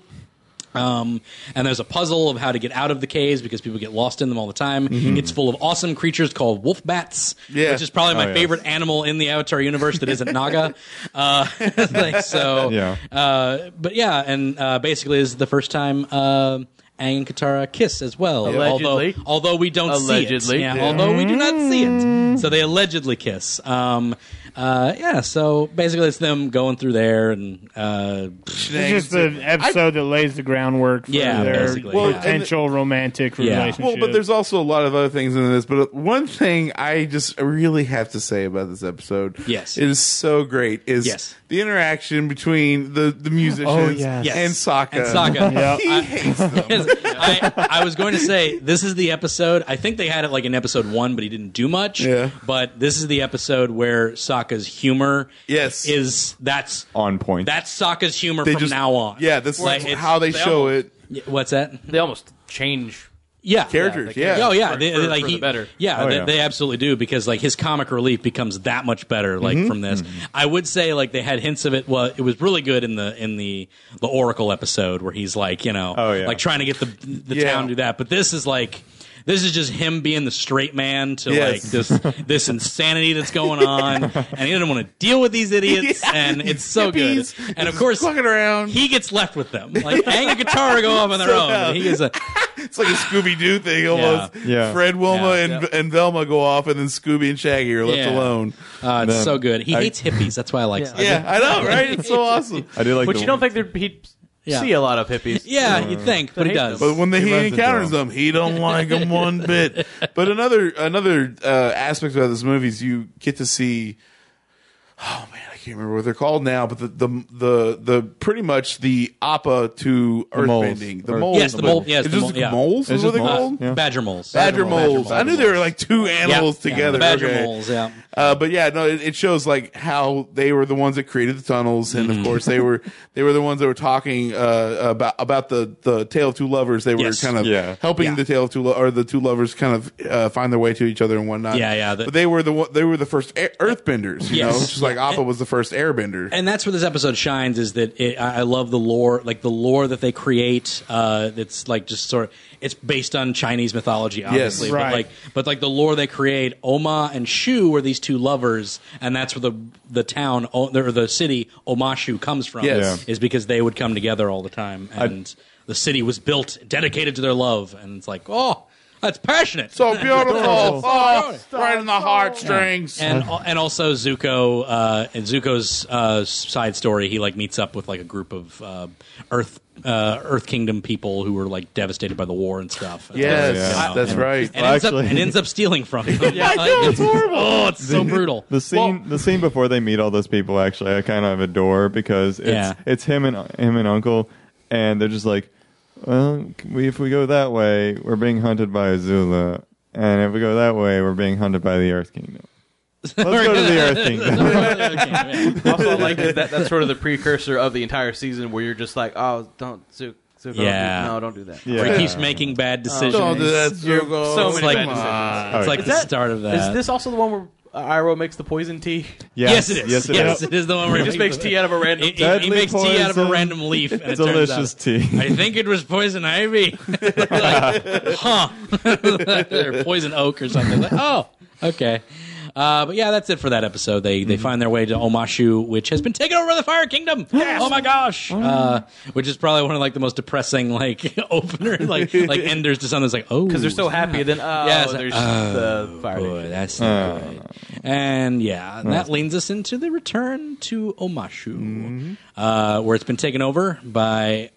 Um, and there's a puzzle of how to get out of the caves because people get lost in them all the time. It's full of awesome creatures called wolf bats, Yeah. which is probably my Mm-hmm. yeah. favorite animal in the Avatar universe that isn't Naga. Uh, like, so, Yeah. uh, but yeah, and uh, basically, this is the first time uh, Aang and Katara kiss as well. Allegedly. although, although we don't see it. Allegedly. Yeah, Yeah. although we do not see it. So they allegedly kiss. Um, uh, yeah, so basically, it's them going through there and uh, It's just an episode that lays the groundwork for Yeah, their basically, Well, yeah. and the- potential romantic Yeah. relationship. Well, but there's also a lot of other things in this. But uh, one thing I just really have to say about this episode, Yes. it is so great. Is Yes. the interaction between the the musicians Oh, yes. Yes. and Sokka and Sokka. Yep. He I- hates them. I, I was going to say this is the episode. I think they had it like in episode one, but he didn't do much. Yeah. But this is the episode where Sokka's humor Yes. is that's On point. that's Sokka's humor They from just now on. Yeah, that's Like, it's- how they, show almost- it. Y- What's that? They almost change. Yeah, Characters, Yeah, yeah. Oh yeah, For- they, for- like for he, the better. Yeah, Oh, they, yeah. they absolutely do because like his comic relief becomes that much better like Mm-hmm. from this. I would say like they had hints of it. Well, it was really good in the in the the Oracle episode where he's like you know Oh, yeah. like trying to get the the Yeah. town to do that, but this is like. This is just him being the straight man to Yes. like this this insanity that's going on, and he doesn't want to deal with these idiots, and it's so Hippies, good. And of just course, fucking around. he gets left with them. Like Aang and Katara go off on their own. and he is a It's like a Scooby Doo thing almost. Yeah. Fred, Wilma, Yeah. and and Velma go off, and then Scooby and Shaggy are left Yeah. alone. Uh, it's Then so good. He I- hates hippies. That's why I like. Yeah, Yeah, I know, right? It's so awesome. I did like But the, you don't think there'd, he'd Yeah. see a lot of hippies. yeah you'd think, but he hate does. them. But when the, he, runs into encounters them. them, he don't like them one bit. But another another uh, aspect about this movie is you get to see. Oh man, I can't remember what they're called now, but the the the, the pretty much the appa to moles. earthbending, the Or- moles. Yes, the mole- yes, It's the just mole- yeah. moles. It's Is what just they're moles, called. yeah. badger moles. Badger moles. I knew they were like two Yeah, animals yeah, together. the badger okay. moles. Yeah. Uh, but yeah, no, it, it shows like how they were the ones that created the tunnels, and Mm-hmm. of course they were they were the ones that were talking uh, about about the the tale of two lovers. They were Yes. kind of Yeah. helping Yeah. the tale of two lo- or the two lovers kind of uh, find their way to each other and whatnot. Yeah, yeah, the- but they were the one- they were the first air- earthbenders. You Yes. know, just like Appa was the first airbender. And that's where this episode shines. Is that it, I I love the lore, like the lore that they create. Uh, that's like just sort of it's based on Chinese mythology, obviously. But Right. like, but like the lore they create. Oma and Shu were these two lovers, and that's where the the town O- or the city Omashu comes from. Yes. is because they would come together all the time, and the city was built dedicated to their love. And it's like, oh, that's passionate. so beautiful, Oh. oh, right in the heartstrings. and and also Zuko uh, and Zuko's uh, side story. He like meets up with like a group of uh, Earth uh, Earth Kingdom people who were like devastated by the war and stuff. And, uh, Yes, Yeah. that's and, right. And ends, Actually- up, and ends up stealing from him. yeah, it's horrible. Oh, it's so brutal. The scene, the scene before they meet all those people, actually, I kind of adore because it's Yeah. it's him and him and Uncle, and they're just like, well, we, if we go that way, we're being hunted by Azula, And if we go that way, we're being hunted by the Earth Kingdom. Let's go to the Earth Kingdom. also, I like that, that that's sort of the precursor of the entire season where you're just like, oh, don't Zook, Zook, Yeah. don't do, no, don't do that. Yeah. Where he keeps making bad decisions. Don't do that, You're Zuko. so It's many like, bad decisions. it's like Is the that- start of that. Is this also the one where uh, Iroh makes the poison tea? Yes, it is. Yes, it is. it is the one where He just makes tea out of a random. He, he- he Deadly makes tea out of a poison. random leaf. And it turns Delicious out- tea. I think it was poison ivy. Like, huh. or poison oak or something. Like, oh, okay. Uh, but yeah, that's it for that episode. They Mm-hmm. they find their way to Omashu, which has been taken over by the Fire Kingdom. Oh my gosh! Uh, which is probably one of like the most depressing like opener like like enders to something. that's like oh, Because they're so happy, then oh, Yeah, it's like, oh, there's the fire. Boy, that's not great. And yeah, and that leads us into the return to Omashu, uh, where it's been taken over by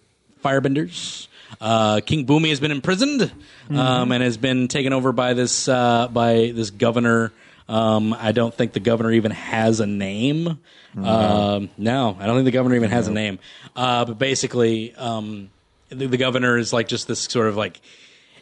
firebenders. Uh, King Bumi has been imprisoned um, and has been taken over by this uh, by this governor. Um, I don't think the governor even has a name. Um, no, I don't think the governor even has a name. Uh, but basically, um, the, the governor is like just this sort of like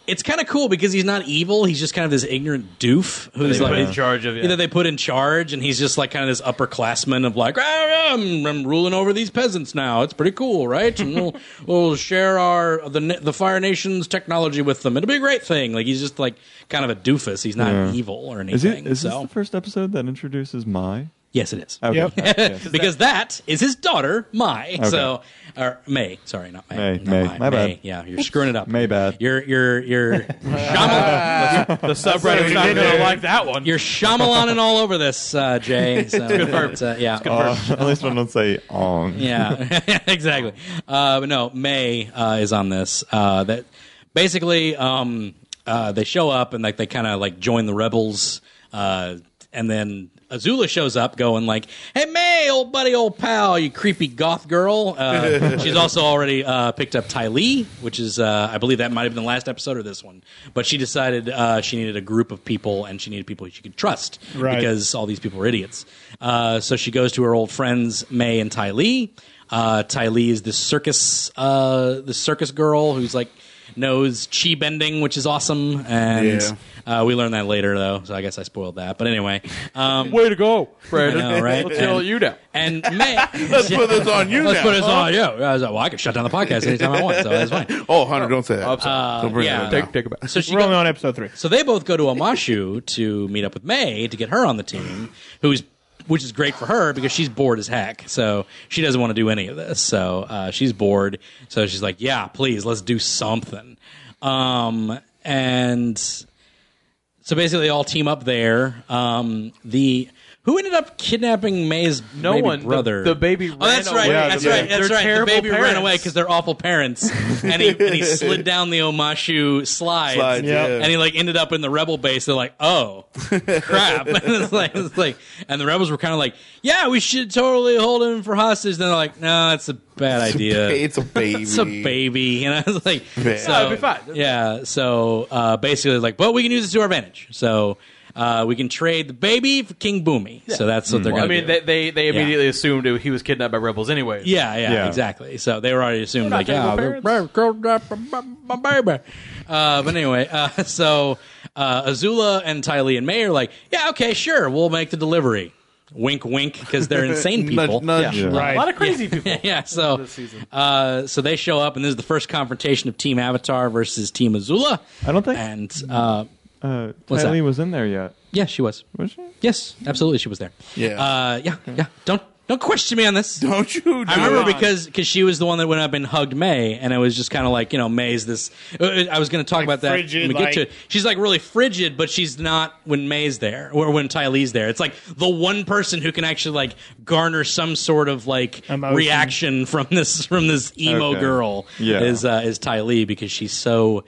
it's kind of cool because he's not evil. He's just kind of this ignorant doof who's put like in charge of- yeah. Either they put in charge, and he's just like kind of this upperclassman of like, "Ah, I'm, I'm ruling over these peasants now. It's pretty cool, right? And we'll we'll share our the na- the Fire Nation's technology with them. It'll be a great thing. Like he's just like kind of a doofus. He's not evil or Is, anything. it, is this so the first Oh, episode that introduces Mai? yes, it is. Okay. Yep. Yeah. because that is his daughter, Mai. So, or May. Sorry, not May. May, Not May. Mai. My bad. Yeah, you're screwing it up. May bad. You're you're you're Shyamalan. The subreddit's not going to like that one. You're Shyamalan and all over this, uh, Jay. So, but, uh, yeah. Oh, Uh, at least I don't say Ong. Yeah, exactly. Uh, but no, May uh, is on this. Uh, that basically um, uh, they show up and like they kind of like join the rebels, uh, and then Azula shows up, going like, "Hey, May, old buddy, old pal, you creepy goth girl." Uh, she's also already uh, picked up Ty Lee, which is uh, I believe that might have been the last episode or this one. But she decided uh, she needed a group of people and she needed people she could trust Right. because because all these people are idiots. Uh, so she goes to her old friends May and Ty Lee. Uh, Ty Lee is this circus, uh, the circus girl who's like knows chi bending, which is awesome. And uh, we learn that later though, so I guess I spoiled that. But anyway, um, Way to go, I Brandon. know, right? Let's yell And- you down. and May, Let's put this on you let's now. put this on. Yeah, I was like, well, I could shut down the podcast anytime I want, so that's fine. Oh, Hunter, don't say that. don't bring Uh, yeah. that up Take, take a back. So she We're goes- only on episode three. So they both go to Amashu to meet up with May to get her on the team, who's which is great for her because she's bored as heck. So she doesn't want to do any of this. So uh, she's bored. So she's like, "Yeah, please, let's do something." Um, and so basically, they all team up there. Um, the who ended up kidnapping May's No baby one. The- brother? the baby Oh, ran that's right. away. Yeah, that's the- right. That's They're right. The terrible baby ran parents. away because they're awful parents, and he and he slid down the Omashu slides, Slides, Yeah. yeah. and he like ended up in the rebel base. They're like, oh crap! and it's like, it's like, and the rebels were kind of like, yeah, we should totally hold him for hostage. Then they're like, no, it's a bad idea. It's a baby. It's a baby, and I was like, Yeah. so, No, it'd be fine. Yeah, so uh, basically, like, but we can use this to our advantage. So uh, we can trade the baby for King Boomy. So that's what they're Mm. I going to mean, they, they, they immediately assumed he was kidnapped by rebels anyway. yeah, yeah, Yeah. exactly. So they were already assumed like, oh, yeah, terrible they're- they're- they're- my baby. Uh, but anyway, uh, so uh, Azula and Tylee and May are like, yeah, okay, sure, we'll make the delivery. Wink, wink, because they're insane people. Nudge, nudge. Yeah. A Right. lot of crazy people. yeah, so uh, so they show up, and this is the first confrontation of Team Avatar versus Team Azula. I don't think- And uh, Uh, What's Ty that? Lee was in there yet. yeah, she was. Was she? Yes, absolutely, she was there. Yeah. uh, yeah, yeah. Don't don't question me on this. Don't you? Do I remember it. because because she was the one that went up and hugged May, and it was just kind of like you know May's this. uh, I was going to talk about that frigid, when we get to like- it. She's like really frigid, but she's not when May's there or when Tylee's there. It's like the one person who can actually like garner some sort of like Emotion. reaction from this from this emo Okay. girl Yeah. is uh, is Tylee because she's so.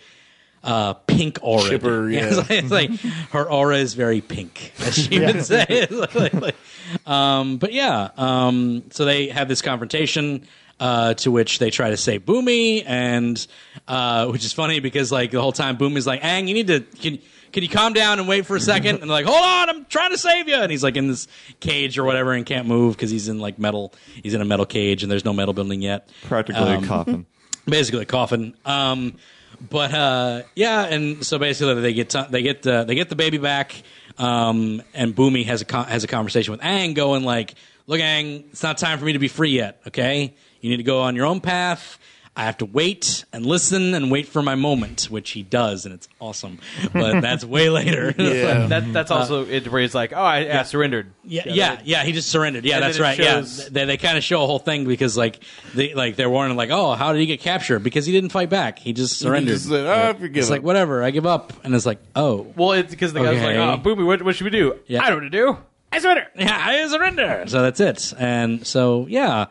Uh, pink aura. Chipper, yeah. it's, like, it's like her aura is very pink, as she would say. It's like- like- um, but yeah, um, so they have this confrontation uh, to which they try to save Boomy, and uh, which is funny because like the whole time Boomy's like, "Ang, you need to can can you calm down and wait for a second? And they're like, "Hold on, I'm trying to save you," and he's like in this cage or whatever and can't move because he's in like metal. He's in a metal cage and there's no metal building yet Practically a coffin. basically a coffin. Um, but uh, yeah, and so basically they get t- they get the, they get the baby back, um, and Boomy has a con- has a conversation with Ang, going like, "Look, Ang, it's not time for me to be free yet. Okay, you need to go on your own path. I have to wait and listen and wait for my moment, which he does, and it's awesome. But that's way later. Yeah. That, that's also it where he's like, oh, I, I surrendered. Um, uh, Yeah, yeah, yeah. He just surrendered. Yeah, And that's then it right. Yeah, shows- they, they kind of show a whole thing because like they like they're warning like, oh, how did he get captured? Because he didn't fight back. He just surrendered. just said, "Ah, forgive it's like him." whatever. I give up. And it's like, oh, Well, it's because the guy's Okay. like, oh, Boomy, what, what should we do? Yeah. I don't know what to do. I surrender. yeah, I surrender. So that's it. And so yeah,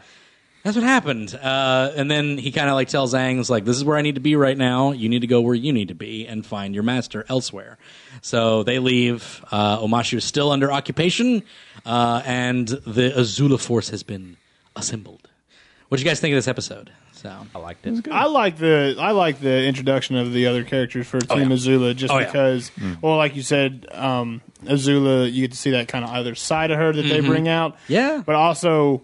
that's what happened. Uh, and then he kind of like tells Aang's like, this is where I need to be right now. You need to go where you need to be and find your master elsewhere. So they leave. Uh, Omashu is still under occupation, uh, and the Azula force has been assembled. What do you guys think of this episode? So I liked it. I like the I like the introduction of the other characters for Team Azula just Oh, yeah. because, well, like you said, um, Azula, you get to see that kind of other side of her that they bring out. Yeah. but also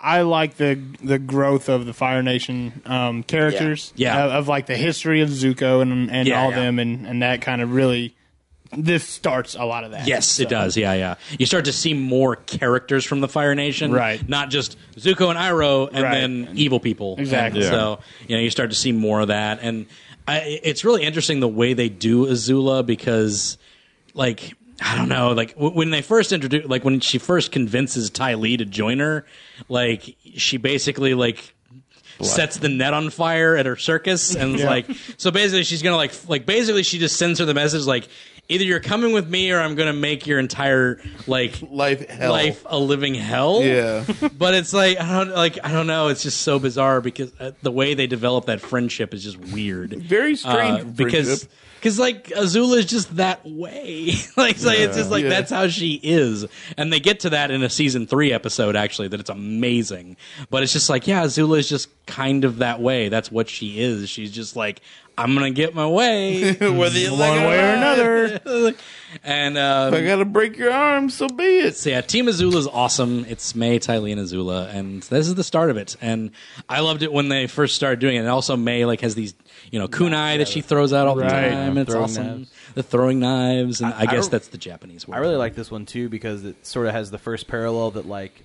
I like the the growth of the Fire Nation um, characters. Yeah. Yeah. Of, of, like the history of Zuko and and Yeah, all yeah. them, and and that kind of really this starts a lot of that. Yes, it does. Yeah, yeah. You start to see more characters from the Fire Nation, Right. Not just Zuko and Iroh, and Right. then evil people. Exactly. And So you know, you start to see more of that, and I, it's really interesting the way they do Azula because, like, I don't know, like w- when they first introduce, like when she first convinces Ty Lee to join her, like she basically like sets the net on fire at her circus and is like so basically she's gonna like like basically she just sends her the message like either you're coming with me or i'm gonna make your entire like Life hell. life a living hell Yeah. but it's like i don't like i don't know it's just so bizarre because uh, the way they develop that friendship is just weird Uh, Very strange because friendship. because like Azula is just that way. like so it's just like Yeah. that's how she is. And they get to that in a season three episode actually that it's amazing. But it's just like yeah, Azula is just kind of that way. That's what she is. She's just like I'm gonna get my way, Whether you One way or another, and uh, I gotta break your arm, so be it. So yeah, Team Azula is awesome. It's May, Tylee, and Azula, and this is the start of it. And I loved it when they first started doing it. And also May like has these you know kunai that she throws out all the Right. time. and it's Throwing awesome. knives. The throwing knives, and I, I guess re- that's the Japanese word. I really like this one too because it sort of has the first parallel that like,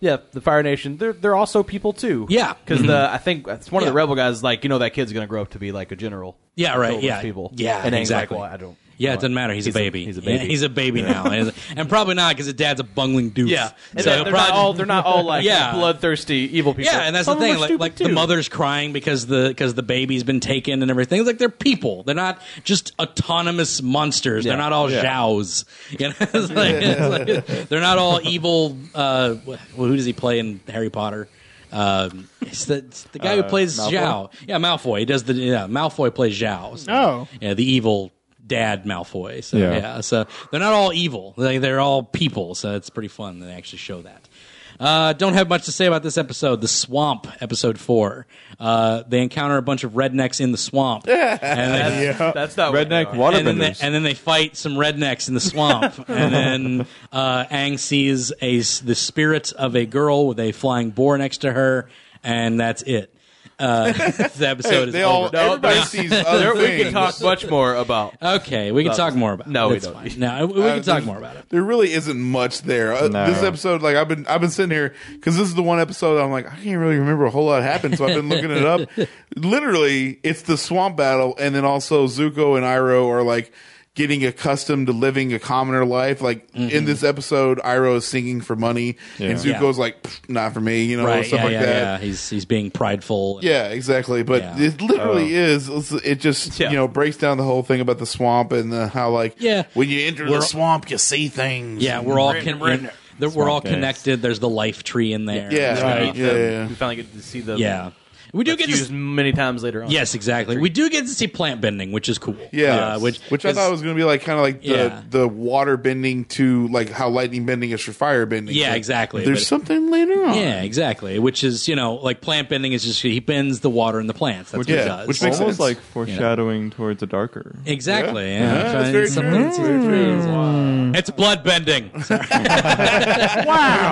yeah, the Fire Nation they're they're also people too. Yeah. Mm-hmm. because the I think it's one of the Yeah. rebel guys is like you know that kid's gonna grow up to be like a general. Yeah, Kill right. those Yeah, people. Yeah, and Aang's like, exactly. well, I don't. Yeah, it doesn't matter. He's, a baby. he's a Yeah, baby. he's a baby now, and, and probably not because his dad's a bungling doof. Yeah, and so they're, he'll they're probably not all they're not all like Yeah. bloodthirsty evil people. Yeah, and that's Some the of thing. them are Like, stupid, like too. the mother's crying because the because the baby's been taken and everything. It's like they're people. They're not just autonomous monsters. Yeah. They're not all Yeah. Zhao's. You know, It's like- it's like- they're not all evil. Uh, wh- who does he play in Harry Potter? Um, it's the it's the guy Uh, who plays Malfoy? Zhao. Yeah, Malfoy. He does the yeah. Malfoy plays Zhao. So, Oh. yeah, the evil dad Malfoy. So Yeah. yeah, so they're not all evil. They, they're all people. So it's pretty fun. that They actually show that. Uh, don't have much to say about this episode. The swamp, episode four. Uh, they encounter a bunch of rednecks in the swamp, and, they- That's not Redneck and then they, waterbenders. and then they fight some rednecks in the swamp. and then uh, Aang sees a s- the spirit of a girl with a flying boar next to her, and that's it. Uh, the episode is They all over. everybody no. sees There, other we things. can talk much more about. Okay, we can talk more about. No, it. we That's don't. fine. No, we Uh, can talk there's- more about it. There really isn't much there. Uh, No. This episode, like I've been, I've been sitting here because this is the one episode I'm like I can't really remember a whole lot happened, so I've been looking it up. Literally, it's the swamp battle, and then also Zuko and Iroh are like getting accustomed to living a commoner life. Like Mm-hmm. in this episode, Iroh is singing for money, Yeah. and Zuko's like, "Pfft, not for me, you know, Right? stuff Yeah, like yeah, that. yeah. He's he's being prideful. Yeah, exactly. But Yeah. Oh. it literally is. it's- It just Yeah. you know breaks down the whole thing about the swamp and the, how like Yeah. when you enter We're- the swamp you see things. Yeah, we're all con- yeah, that we're all Swamp Things. connected. There's the life tree in there. Yeah, Meet right. yeah, them. yeah. We finally get to see them. yeah. We do get to used s- many times later on. yes, exactly. We do get to see plant bending, which is cool. Yeah, Uh, which which which I thought was going to be like kind of like the Yeah. the water bending to like how lightning bending is for fire bending. Yeah, Like, exactly. There's But- something later on. yeah, exactly. Which is you know like plant bending is just he bends the water in the plants. That's Which- what yeah, he does. which makes almost sense. like foreshadowing towards a darker. exactly. Yeah, Yeah, Trying- that's very it's true. something- That's very true. It's blood bending. Sorry. We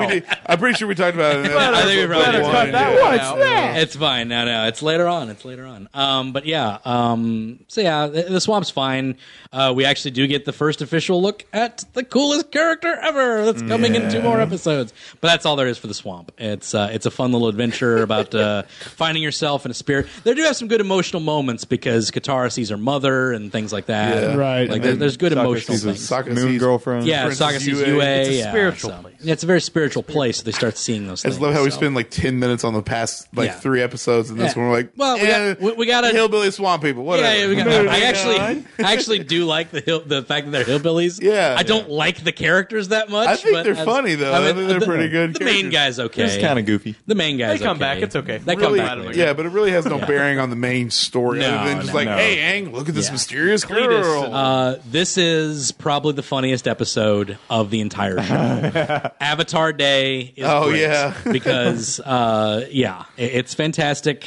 did- I'm pretty sure we talked about it. in I think we probably episode did. one, Cut yeah. What's that? it's fine. no, no. It's later on. It's later on. Um, but yeah. Um, so yeah, the, the swamp's fine. Uh, we actually do get the first official look at the coolest character ever. That's coming in two more episodes. But that's all there is for the swamp. It's uh, it's a fun little adventure about uh, finding yourself in a spirit. They do have some good emotional moments because Katara sees her mother and things like that. Yeah. Right. Like And there, then there's good Sokka emotional sees He's a things. soccer Moon girlfriend. Yeah, Princess Saga sees Yue. UA. It's a yeah, spiritual so- place. Yeah, it's a very spiritual place. So they start seeing those. I things. just love how we so. spend like ten minutes on the past like Yeah. three episodes, and this Yeah. one we're like, Well, we got- eh, we- we gotta- hillbilly swamp people, whatever. Yeah, yeah, we got, I actually, I actually do like the hill, the fact that they're hillbillies. Yeah. I don't like the characters that much. I think but they're as- funny, though. I think they're the- pretty good The main characters. guy's okay. It's kind of goofy. the main guy's. They come okay. back, it's okay. They Really- come back. Later. yeah, but it really has no bearing on the main story No, other than just no. like, No. hey, Ang, look at this Yeah. mysterious Cletus. girl. Uh, this is probably the funniest episode of the entire show. Avatar Day is Oh, great yeah. because uh, yeah, it- it's fantastic.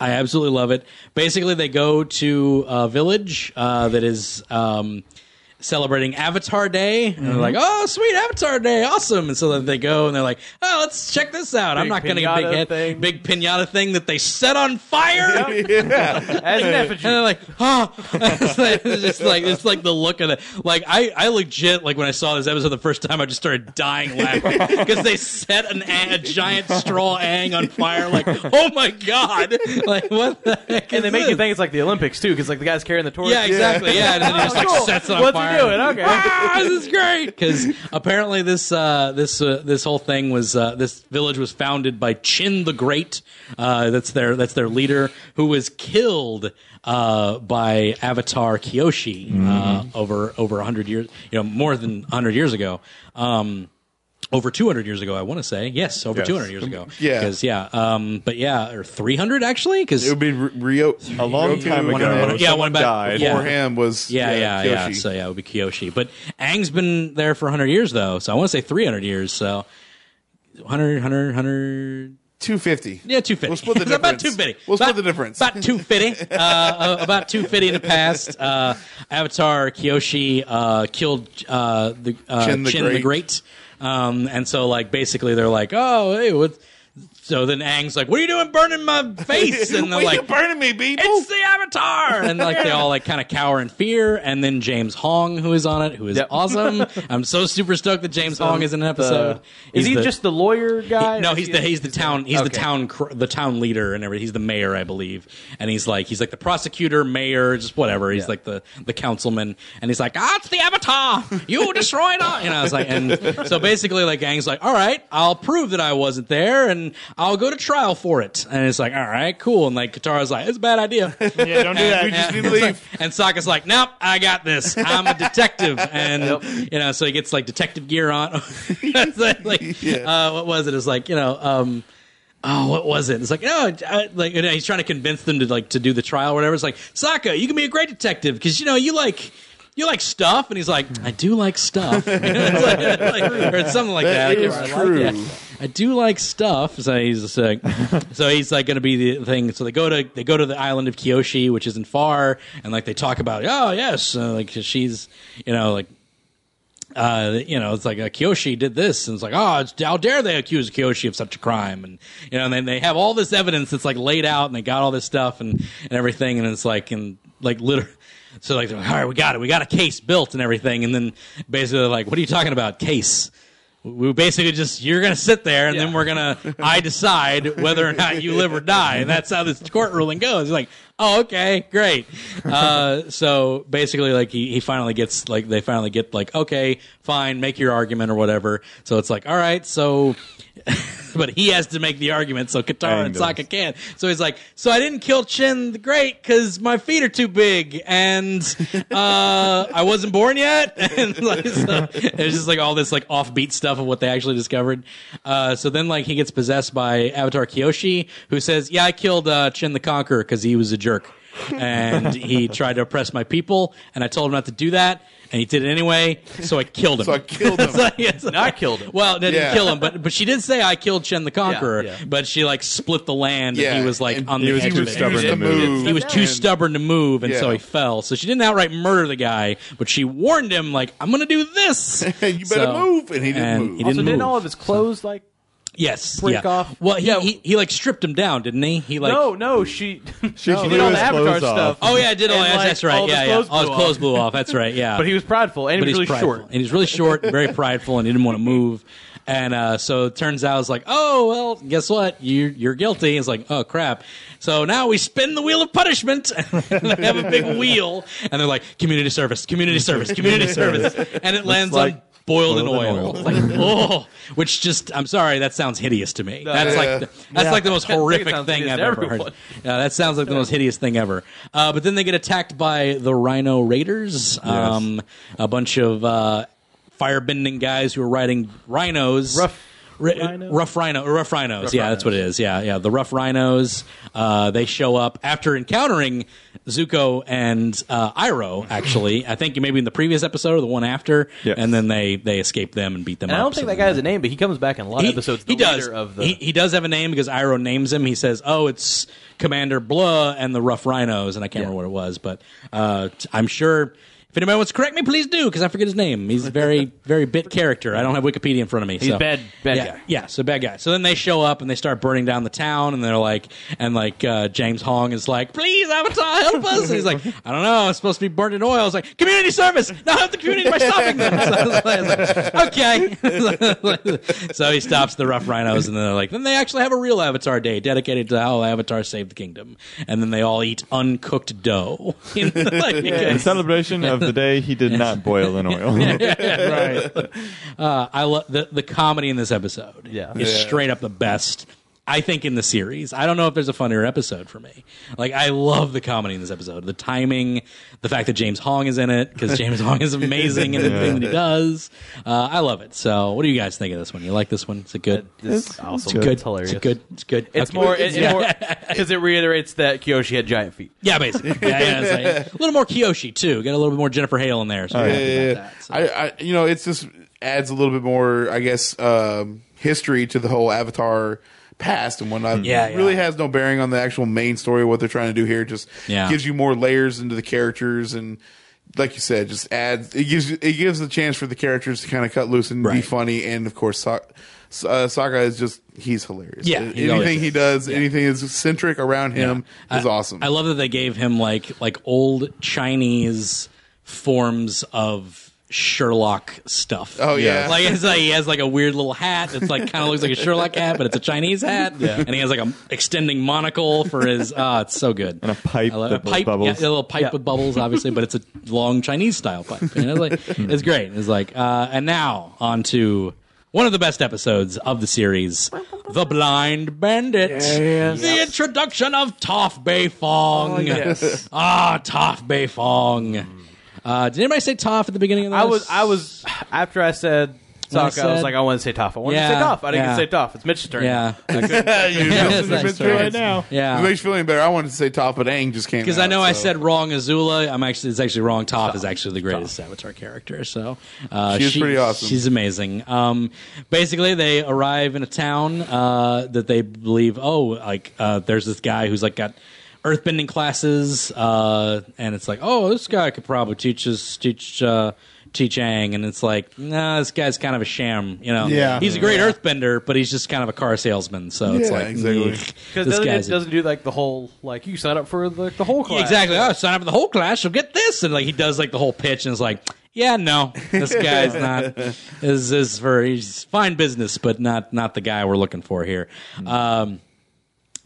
I absolutely love it. Basically, they go to a village uh, that is um, celebrating Avatar Day, and Mm-hmm. they're like, "Oh, sweet Avatar Day, awesome!" And so then they go and they're like, "Oh, let's check this out." I'm Big not going to get pinata big head, thing. big pinata thing that they set on fire. yeah. As an effigy. And they're like, oh, it's just like it's like the look of it. Like I, I legit like when I saw this episode the first time, I just started dying laughing because they set an a, a giant straw ang on fire. Like, oh my god! Like what the heck? and they is make this? you think it's like the Olympics too, because like the guy's carrying the torch. Yeah, exactly. Yeah, and then it just like Cool. sets it on What's fire. he doing? Okay. Ah, this is great because apparently this uh, this uh, this whole thing was uh, this village was founded by Chin the Great. Uh, that's their that's their leader who was killed uh, by Avatar Kyoshi uh, over over hundred years, you know, more than hundred years ago. Um, over 200 years ago, I want to say. Yes, over 200 years ago. Yeah. 'Cause, yeah. Um, but yeah, or 300 actually? It Because, would be Rio. A long Roku time would ago, know. Yeah, someone one back- died. yeah. Before him was yeah, yeah, yeah. Kyoshi. So yeah, it would be Kyoshi. But Aang's been there for 100 years though, so I want to say 300 years. So 100, 100, 100. 250. Yeah, 250. We'll split the It's about difference. 250. We'll split About- the difference. About 250. uh, uh, about 250 in the past. Uh, Avatar Kyoshi uh, killed uh, the, uh, Chin the the Great. Great. Um, and so, like, basically, they're like, oh, hey, what? So then Aang's like, what are you doing burning my face? And they're Why you like, burning me, people? it's the Avatar, and like they all like kind of cower in fear. And then James Hong, who is on it, who is Yep. awesome. I'm so super stoked that James Hong is in an episode. is He's he the- just the lawyer guy? no, Or he's is the he- he's the town he's the okay. town cr- the town leader and everything. He's the mayor, I believe, and he's like he's like the prosecutor, mayor, just whatever. He's like the the councilman, and he's like, ah, it's the Avatar. You destroyed us. And I was like, and so basically, like, Gang's like, all right, I'll prove that I wasn't there, and I'll go to trial for it. And it's like, all right, cool. And like Katara's like, it's a bad idea. Yeah, don't do that. We Yeah. just need to leave. And Sokka's like, nope, I got this. I'm a detective. And, you know, so he gets like detective gear on. It's like, like, uh, what was it? It's like, you know, um, oh, what was it? It's like, no, I, like, you know, he's trying to convince them to like, to do the trial or whatever. It's like, Sokka, you can be a great detective because, you know, you like, you like stuff. And he's like, I do like stuff. It's like- it's like- or something like that. I That can't is remember. true. I do like stuff. So he's just like, so he's like going to be the thing. So they go to they go to the island of Kyoshi, which isn't far, and like they talk about, oh yes, uh, like 'cause she's you know like. Uh, you know, it's like uh, Kyoshi did this, and it's like, oh, it's, how dare they accuse Kyoshi of such a crime? And you know, and then they have all this evidence that's like laid out, and they got all this stuff and and everything, and it's like, and like literally, so like, they're like, all right, we got it, we got a case built and everything, and then basically, they're like, what are you talking about, case? we basically just you're gonna sit there and then we're gonna I decide whether or not you live or die, and that's how this court ruling goes. He's like, oh okay, great. Uh, so basically, like he, he finally gets like they finally get like okay, fine, make your argument or whatever. So it's like all right, so. But he has to make the argument, so Katara and Angles. Sokka can. So he's like, "So I didn't kill Chin the Great because my feet are too big, and uh, I wasn't born yet." And like, so it was just like all this like offbeat stuff of what they actually discovered. Uh, so then like he gets possessed by Avatar Kyoshi, who says, "Yeah, I killed uh, Chin the Conqueror because he was a jerk." and he tried to oppress my people, and I told him not to do that, and he did it anyway. So I killed him. So I killed him. It's like- it's like- I killed him. well, they didn't Yeah. kill him, but but she did say I killed Chen the Conqueror, Yeah, yeah. but she like split the land and Yeah, he was like and on the he was edge too of it. stubborn to to move. move. He was too And- stubborn to move, and so Yeah. he fell. So she didn't outright murder the guy, but she warned him like I'm gonna do this. You better move, and he didn't move. He didn't Also, didn't move. all of his clothes like Yes. break yeah. off? Well, he, Yeah. he he like stripped him down, didn't he? He like no, no, she she blew did all the his Avatar clothes off. stuff. Oh yeah, I did all And, that. like, That's right. all of his yeah, yeah. clothes All his blew clothes blew off. That's right. Yeah. But he was prideful and he But was really prideful. short. and he's really short, and very prideful, and he didn't want to move. And uh, so it turns out it's like, oh well, guess what? You you're guilty. It's like, oh crap. So now we spin the wheel of punishment. they have a big wheel, and they're like, community service, community service, community service, and it lands on. like Boiled, in boiled in oil, oil. Like, oh, which just—I'm sorry—that sounds hideous to me. that's like that's like the most I think it horrific sounds thing hideous I've to ever heard. everyone. Yeah, that sounds like the most hideous thing ever. Uh, but then they get attacked by the Rhino Raiders, um, a bunch of uh, firebending guys who are riding rhinos. Rough Ri- uh, rhinos? rough rhino, rough rhinos. Rough yeah, that's what it is. Yeah, yeah. The rough rhinos. Uh, they show up after encountering Zuko and uh, Iroh. Actually, I think maybe in the previous episode or the one after, Yes. and then they they escape them and beat them. And I up, don't think so that guy has a name, but he comes back in a lot of episodes. The he does. leader Of the, he, he does have a name because Iroh names him. He says, "Oh, it's Commander Blah and the Rough Rhinos," and I can't Yeah. remember what it was, but uh, t- I'm sure. If anybody wants to correct me, please do because I forget his name. He's a very, very bit character. I don't have Wikipedia in front of me. He's so. bad- bad yeah, guy. Yeah, so bad guy. So then they show up and they start burning down the town, and they're like, and like uh, James Hong is like, "Please, Avatar, help us!" And he's like, "I don't know. It's supposed to be burning oil." It's like community service. Now help the community by stopping them. So I was like, okay. so he stops the rough rhinos, and then they're like, then they actually have a real Avatar Day dedicated to how Avatar saved the kingdom, and then they all eat uncooked dough. Like, In celebration of the day he did not boil in oil. right. uh, I love the the comedy in this episode. Yeah. is Yeah. straight up the best. I think in the series. I don't know if there's a funnier episode for me. Like I love the comedy in this episode. The timing, the fact that James Hong is in it because James Hong is amazing in everything that he does. Uh, I love it. So, what do you guys think of this one? You like this one? Is it good? this it's awesome. good. It's hilarious. It's good. It's good. It's Okay. more because yeah. it reiterates that Kyoshi had giant feet. yeah, basically. Yeah, yeah, it's like- a little more Kyoshi too. Got a little bit more Jennifer Hale in there. So we're yeah, happy about yeah, yeah. that. So- I, I, you know, it's just adds a little bit more, I guess, um, history to the whole Avatar past and whatnot. Yeah, It really yeah. has no bearing on the actual main story. What they're trying to do here just Yeah. gives you more layers into the characters and. Like you said, just adds it gives it gives the chance for the characters to kind of cut loose and be Right. funny, and of course, Sa- uh, Sokka is just he's hilarious. Yeah, he always anything he is. does, anything is centric around him Yeah. is I- awesome. I love that they gave him like like old Chinese forms of Sherlock stuff. Oh, yeah. like it's like he has like a weird little hat that's like kind of looks like a Sherlock hat, but it's a Chinese hat. And he has like a extending monocle for his. Ah, it's so good. And a pipe I love- that a pipe, bubbles. yeah, a little pipe with bubbles, obviously, but it's a long Chinese style pipe. And it's like Hmm. it's great. It's like uh, and now on to. One of the best episodes of the series, The Blind Bandit. The introduction of Toph Bay Fong. Oh, yes. ah, Toph Bay Fong. Uh, did anybody say Toph at the beginning of this? I was, I was after I said Sokka, I I, was said- like, I want to say Toph. I wanted Yeah, to say Toph. I didn't yeah. say Toph. It's Mitch's turn. Yeah. Justin nice Smith's try. doing right it. now. It Yeah. makes you feeling better. I wanted to say top, but Aang just came. Because I out, know I so. said wrong Azula. I'm actually it's actually wrong. Toph is actually the greatest Avatar character. So uh, She's she- pretty awesome. She's amazing. Um, basically, they arrive in a town uh, that they believe. Oh, like uh, there's this guy who's like got earthbending classes, uh, and it's like, oh, this guy could probably teach us teach. Uh, Teach Aang, and it's like, nah, this guy's kind of a sham, you know. Yeah. he's a great earthbender, but he's just kind of a car salesman. So it's Yeah, like, exactly. "Eek, this because doesn't, guy's it a doesn't do like the whole like you sign up for the, the whole class. Exactly. Oh, sign up for the whole class. You'll get this. And like he does like the whole pitch and is like, yeah, no, this guy's not is is for he's fine business, but not not the guy we're looking for here. Hmm. Um,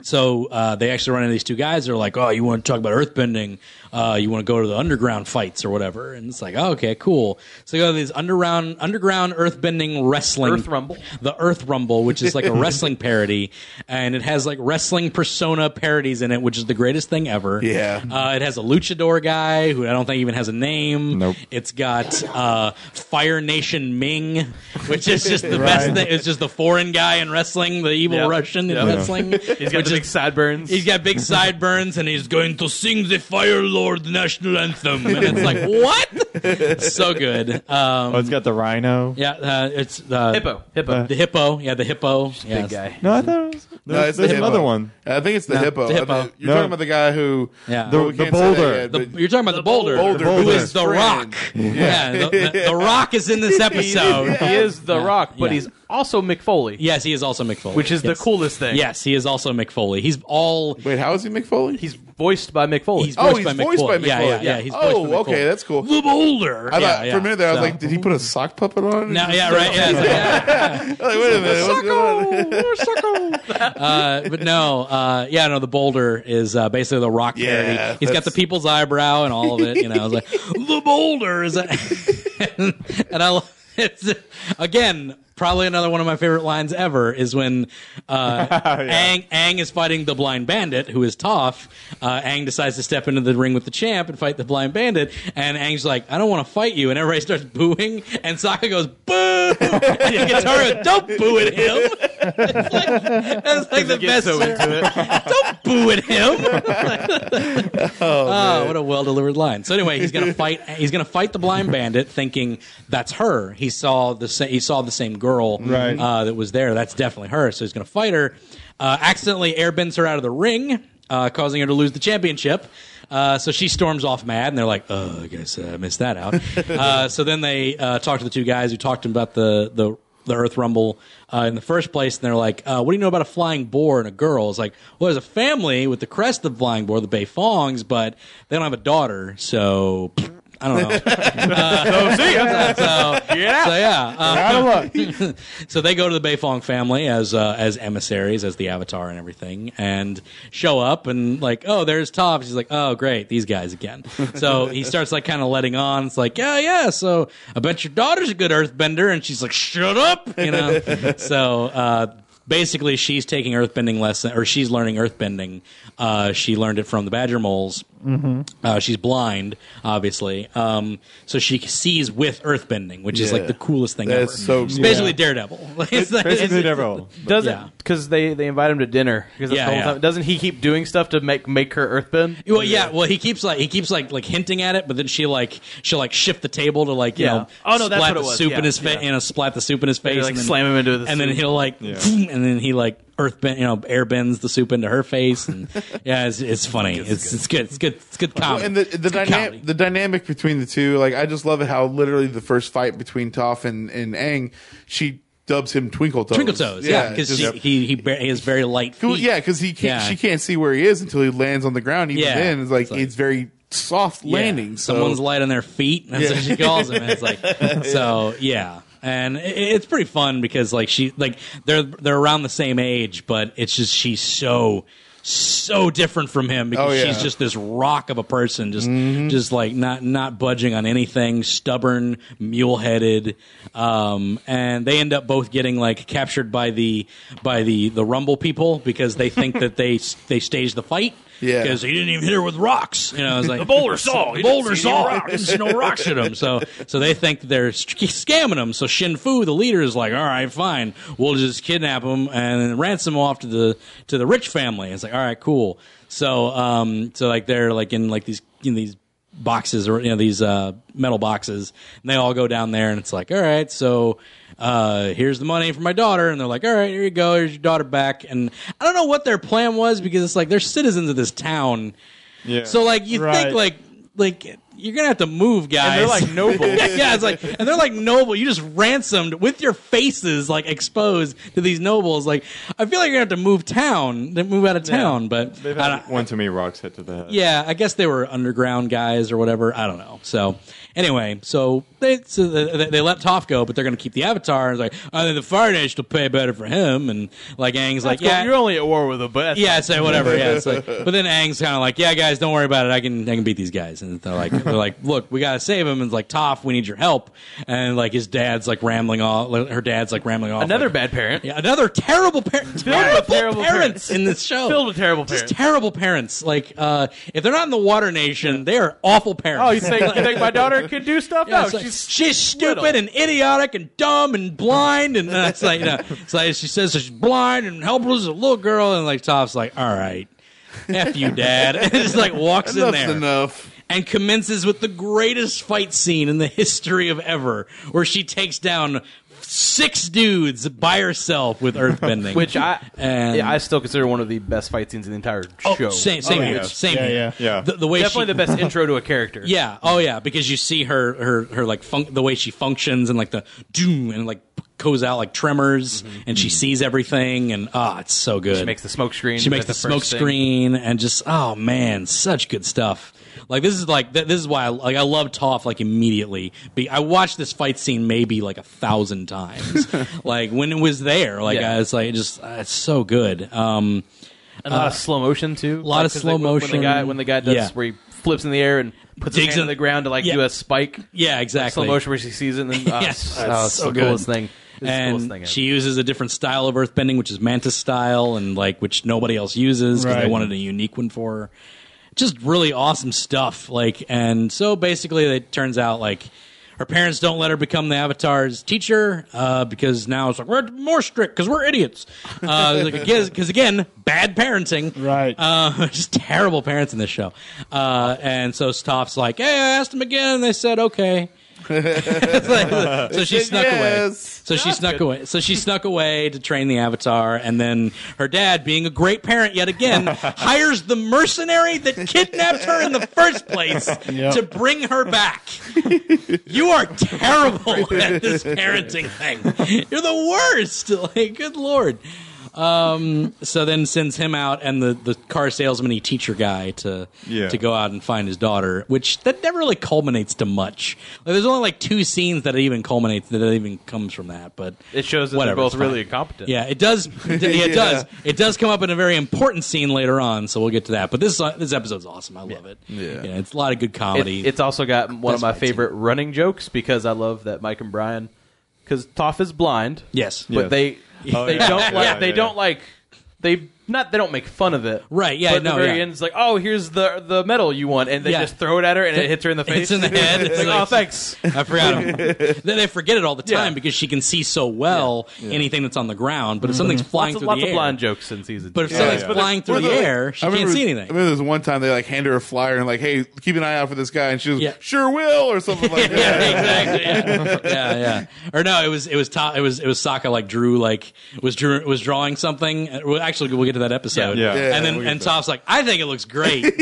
so uh, they actually run into these two guys. They're like, "Oh, you want to talk about earthbending? Uh, you want to go to the underground fights or whatever?" And it's like, "Oh, okay, cool." So they go to these underground underground earthbending wrestling Earth Rumble? the Earth Rumble, which is like a wrestling parody, and it has like wrestling persona parodies in it, which is the greatest thing ever. Yeah. uh, it has a luchador guy who I don't think even has a name. Nope. It's got uh, Fire Nation Ming, which is just the best thing. It's just the foreign guy in wrestling, the evil Yeah. Russian in Yeah. wrestling. He's got which is- the big sideburns. He's got big sideburns and he's going to sing the Fire Lord national anthem. And it's like, what? so good. Um, Oh, it's got the rhino. yeah, uh, it's uh, hippo. Hippo. The hippo. Yeah, the hippo. Big Yes. guy. No, I thought it was No, it's the there's hippo. another one. I think it's the hippo. the I hippo. think- You're No. talking about the guy who Yeah. The- well, we the can't say that boulder. yet, The- but- you're talking about the boulder, boulder, who boulder. is the rock. Yeah, the, the- the rock is in this episode. He is The Rock, but Yeah. he's also McFoley, Foley, Yes, he is also McFoley, which is yes. the coolest thing. Yes, he is also McFoley. He's all Wait, how is he McFoley? He's voiced by McFoley. he's voiced, oh, he's by, voiced McFoley. by Yeah, yeah, McFoley. yeah. He's voiced by oh, McFoley. okay, that's cool. the boulder. I yeah, thought yeah. for a minute there, I was So- like, did he put a sock puppet on? it? No, yeah, right. Yeah, it's like, yeah. Like, wait a minute, what's going on? Uh, but no, uh, yeah, no. The boulder is uh, basically the rock Yeah, parody. He's got that's- the people's eyebrow and all of it. You know, I was like, the boulder is, a-" and I. lo- It's, again, probably another one of my favorite lines ever is when uh, Aang, Aang is fighting the blind bandit, who is Toph. Uh, Aang decides to step into the ring with the champ and fight the blind bandit, and Aang's like, "I don't want to fight you," and everybody starts booing, and Sokka goes, "Boo!" and Guitar goes, "Don't boo at him." It's like, that's like the best. Don't boo at him. oh, what a well delivered line. So anyway, he's gonna fight. He's gonna fight the blind bandit, thinking that's her. He saw the sa- he saw the same girl Right. uh, that was there. That's definitely her. So he's gonna fight her. Uh, accidentally airbends her out of the ring, uh, causing her to lose the championship. Uh, so she storms off mad, and they're like, "Oh, I guess uh, I missed that out." uh, so then they uh, talk to the two guys who talked to them about the the the Earth Rumble uh, in the first place, and they're like, uh, "What do you know about a flying boar and a girl?" It's like, "Well, there's a family with the crest of the flying boar, the Beifongs, but they don't have a daughter, so." pfft, I don't know. uh, so, so, yeah. uh, so they go to the Beifong family as uh, as emissaries, as the Avatar and everything, and show up and like, oh, there's Toph. He's like, oh, great, these guys again. So he starts like kind of letting on. It's like, yeah, yeah. So I bet your daughter's a good Earthbender, and she's like, shut up, you know. so. Uh, Basically, she's taking earthbending lesson, or she's learning earthbending. Uh, she learned it from the Badger Moles, Mm-hmm. uh, she's blind, obviously. Um, so she sees with earthbending, which is like Yeah. the coolest thing That's ever. so It's cool. basically Daredevil. It's like- Basically, Daredevil. Yeah. Doesn't because they, they invite him to dinner because Yeah, the whole yeah. time doesn't he keep doing stuff to make make her earthbend? Well, yeah. Well, he keeps like he keeps like like hinting at it, but then she like she'll like shift the table to like you Yeah. know Oh, no, splat that's what it the was. soup in Yeah, his face, yeah. you know, splat the soup in his face, like, and then, slam him into the and then soup. he'll like, and then he like earth bend, you know, air bends the soup into her face, and yeah, it's, it's funny. It's it's good. It's good. It's good comedy. and the the, It's good comedy. dynamic the dynamic between the two, like I just love it how literally the first fight between Toph and and Aang, she dubs him Twinkle Toes. Twinkle toes, yeah, it because just- he he ba- he has very light feet. Cool, yeah, because he can't Yeah. she can't see where he is until he lands on the ground. Even Yeah. then, it's like It's it's, like- very soft landing. So Someone's light on their feet. That's what she calls them. It's like so, yeah. And i- i- it's pretty fun because like she like they're they're around the same age, but it's just she's so so different from him because Oh, yeah. Mm-hmm. she's just this rock of a person, just just like not not budging on anything, stubborn, mule headed. Um, and they end up both getting like captured by the by the the rumble people because they think that they they staged the fight. Yeah. because he didn't even hit her with rocks. You know, it's like the boulder saw. The boulder saw rocks. No rocks at him. So, so they think they're sk- scamming him. So Shin Fu, the leader, is like, "All right, fine. We'll just kidnap him and ransom him off to the to the rich family." It's like, "All right, cool." So, um, so like they're like in like these in these boxes or you know these uh, metal boxes, and they all go down there, and it's like, "All right, so." uh, here's the money for my daughter. And they're like, all right, here you go. Here's your daughter back. And I don't know what their plan was because it's like they're citizens of this town. Yeah. So like you think Right. like like you're gonna have to move, guys. they're, like, noble. yeah, it's like and they're like noble. You just ransomed with your faces like exposed to these nobles. Like I feel like you're gonna have to move town, then move out of town. But I They've had don't, one too many rocks hit to the head. yeah, I guess they were underground guys or whatever. I don't know. So anyway, so they so they, they let Toph go, but they're going to keep the Avatar. And it's like, I think the Fire Nation will pay better for him. And like Aang's like, yeah, you're only at war with him, but that's yeah, say whatever. Yeah, it's like, but then Aang's kind of like, yeah, guys, don't worry about it. I can, I can beat these guys. And they're like, they're like, look, we gotta save him. And it's like, Toph, we need your help. And like his dad's like rambling off. like, Her dad's like rambling off. another like, bad parent. yeah, another terrible parent. Filled with Terrible, terrible parents parents. in this show. Filled with terrible Just parents. terrible parents. Like, uh, if they're not in the Water Nation, they are awful parents. Oh, you think you think my daughter can do stuff? Yeah, no, it's like, she's she's stupid little. and idiotic and dumb and blind and uh, it's like you know, it's like she says she's blind and helpless as a little girl and like Toph's like all right, f you dad and just like walks in enough's there enough. and commences with the greatest fight scene in the history of ever, where she takes down six dudes by herself with earthbending. Which I And- yeah, I still consider one of the best fight scenes in the entire oh, show. same, same, Oh, yeah. here, same, Yeah, here. yeah. Yeah. The, the way Definitely she, the best intro to a character. yeah. Oh yeah, because you see her her her like func- the way she functions and like the doom and like goes out like tremors and she sees everything and ah, it's so good. Mm-hmm. She makes the smoke screen. She makes the, That's smoke first thing. screen and just oh man, such good stuff. Like this is like th- this is why I, like I love Toph like immediately. Be- I watched this fight scene maybe like a thousand times. like when it was there, like Yeah. I was like just uh, it's so good. Um, And a lot of slow motion too. A lot of slow When motion. the guy when the guy does Yeah. where he flips in the air and puts his Digs hand in- on the ground to like Yeah. do a spike. yeah, exactly. Slow motion where she sees it and then uh, Yes. oh, That's it's so the coolest good. thing. It's the coolest and thing ever. she uses a different style of earthbending, which is mantis style, and like which nobody else uses because they Right. wanted a unique one for her. Just really awesome stuff. Like, and so basically, it turns out like her parents don't let her become the Avatar's teacher uh, because now it's like we're more strict because we're idiots. Because like, again, 'cause again, bad parenting. Right. Uh, just terrible parents in this show. Uh, and so Toph's like, hey, I asked them again, and they said okay. so she said snuck away. yes. So she snuck away. So she snuck away to train the Avatar, and then her dad, being a great parent yet again, hires the mercenary that kidnapped her in the first place Yep. to bring her back. you are terrible at this parenting thing. You're the worst. Like, good lord. Um, so then sends him out and the, the car salesman y teacher guy to Yeah. to go out and find his daughter, which that never really culminates to much. Like, there's only like two scenes that it even culminates that it even comes from that, but it shows that whatever, they're both it's fine. really incompetent. yeah, it does. It, d- yeah, it Yeah. does. It does come up in a very important scene later on, so we'll get to that. But this uh, this episode's awesome. I love it. Yeah, it's a lot of good It- comedy. it's also got one of That's my my team. favorite running jokes because I love that Mike and Brian because Toph is blind. yes, Yeah. but they Oh, they yeah. don't Yeah, like yeah, they yeah. don't like they not they don't make fun of it Right, yeah, but at no, the very yeah. end it's like oh here's the the medal you want and they Yeah. just throw it at her and it hits her in the face Hits in the head. It's It's like, like- oh thanks I forgot. him. then they forget it all the time Yeah. because she can see so well anything that's on the ground. But if something's flying Mm-hmm. through lots of, lots the of air, blind jokes in season but if two. something's yeah. But flying through Where the they're like- air, she I can't remember- see I anything. remember there was one time they like hand her a flyer and like, hey, keep an eye out for this guy, and she was Yeah. sure will or something like that. yeah, exactly. Yeah. yeah, yeah. Or no, it was it was to, it was it was Sokka like drew like was drew was drawing something. Uh, Well, actually, we'll get to that episode. Yeah. Yeah, and then we'll get and to that. Toph's like, I think it looks great.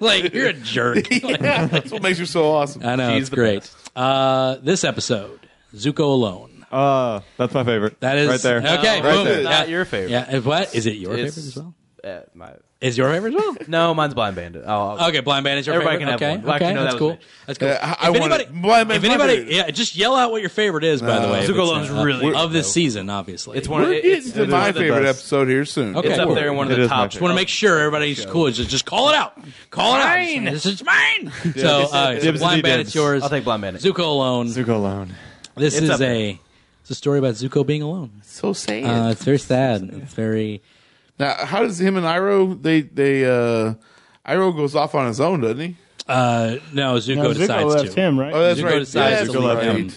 like you're a jerk. That's what makes you so awesome. I know She's it's the great. best. Uh, this episode, Zuko alone. Uh, that's my favorite. That is right there. Okay, No, boom. there. not Yeah. your favorite Yeah, and what is it? Your It's- favorite as well? Uh, my- Is your favorite as well? no mine's blind bandit oh Okay, blind band is your Everybody favorite. can have okay, one. Well, I okay, can know that's that was cool. me. That's cool. Yeah, I- I if want anybody, it. Blind Band's if my anybody, favorite. yeah, just yell out what your favorite is. By the way, if Zuko it's, Lone's uh, really of good, this though. season, obviously. it's one of We're it- getting it's, to it's my one of the favorite best. episode here soon. Okay. it's up there in one of It the is my top favorite. Just want to make sure everybody's cool. Just, just call it out. Call it out. Mine! This is mine. So, uh, so Dibs blind and band, dibs. it's yours. I'll take blind bandit Zuko alone. Zuko alone. This It's is up there. a it's a story about Zuko being alone. so sad. Uh, it's very sad. It's very now, how does him and Iroh? They they uh, Iroh goes off on his own, doesn't he? uh, no. Zuko No, Zuko decides left to. him, right? Oh, that's Zuko right. decides That's to leave right. him.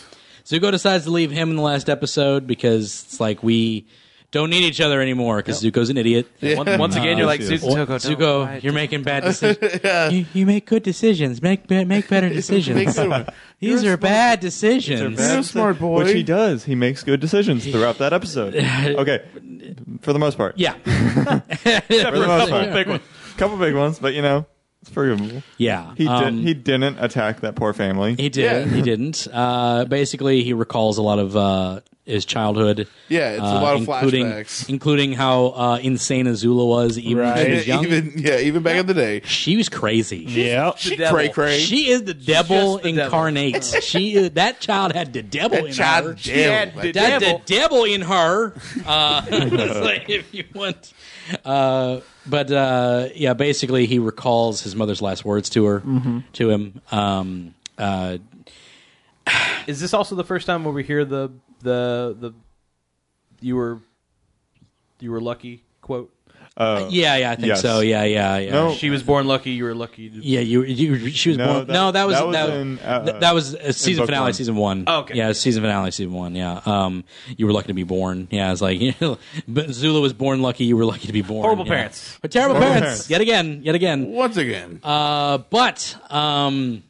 Zuko decides to leave him in the last episode because it's like we don't need each other anymore because Zuko's an idiot. once, once again you're like Yes, yes. Zuko, don't Zuko, fight. you're making bad decisions. you, you make good decisions. Make be- make better Big decisions. Superman. These are bad decisions. You're a smart boy. Which he does. He makes good decisions throughout that episode. Okay, for the most part. Yeah. for the most part. big ones. Couple big ones, but you know, it's forgivable. Yeah. He um, did. He didn't attack that poor family. He did. Yeah. He didn't. Uh, basically, he recalls a lot of uh, his childhood. Yeah, it's a uh, lot of including, flashbacks. Including how uh, insane Azula was, even when she Right. was young. even yeah, even back in the day, she was crazy. yeah. she devil. cray cray. She is the devil just the devil. incarnate. she is, that child had the devil in her. child jail. did- That devil. the devil in her. Uh, it's like, if you want. Uh, but uh, yeah, basically, he recalls his mother's last words to her, to him. Um, uh, Is this also the first time where we hear the the the you were you were lucky quote? Uh, Yeah, yeah, I think Yes. so. Yeah, yeah, yeah. No. She was born lucky. You were lucky. To... Yeah, you, you. She was No, born. that- no, that was that that was was, in, uh, th- that was a season book finale, one. season one. Oh, okay. Yeah, season finale, season one. Yeah. Um, you were lucky to be born. Yeah, it's like, you know, but Zula was born lucky. You were lucky to be born. Horrible Yeah. parents. But terrible Horrible parents. parents. Yet again. Yet again. Once again, Uh, but um,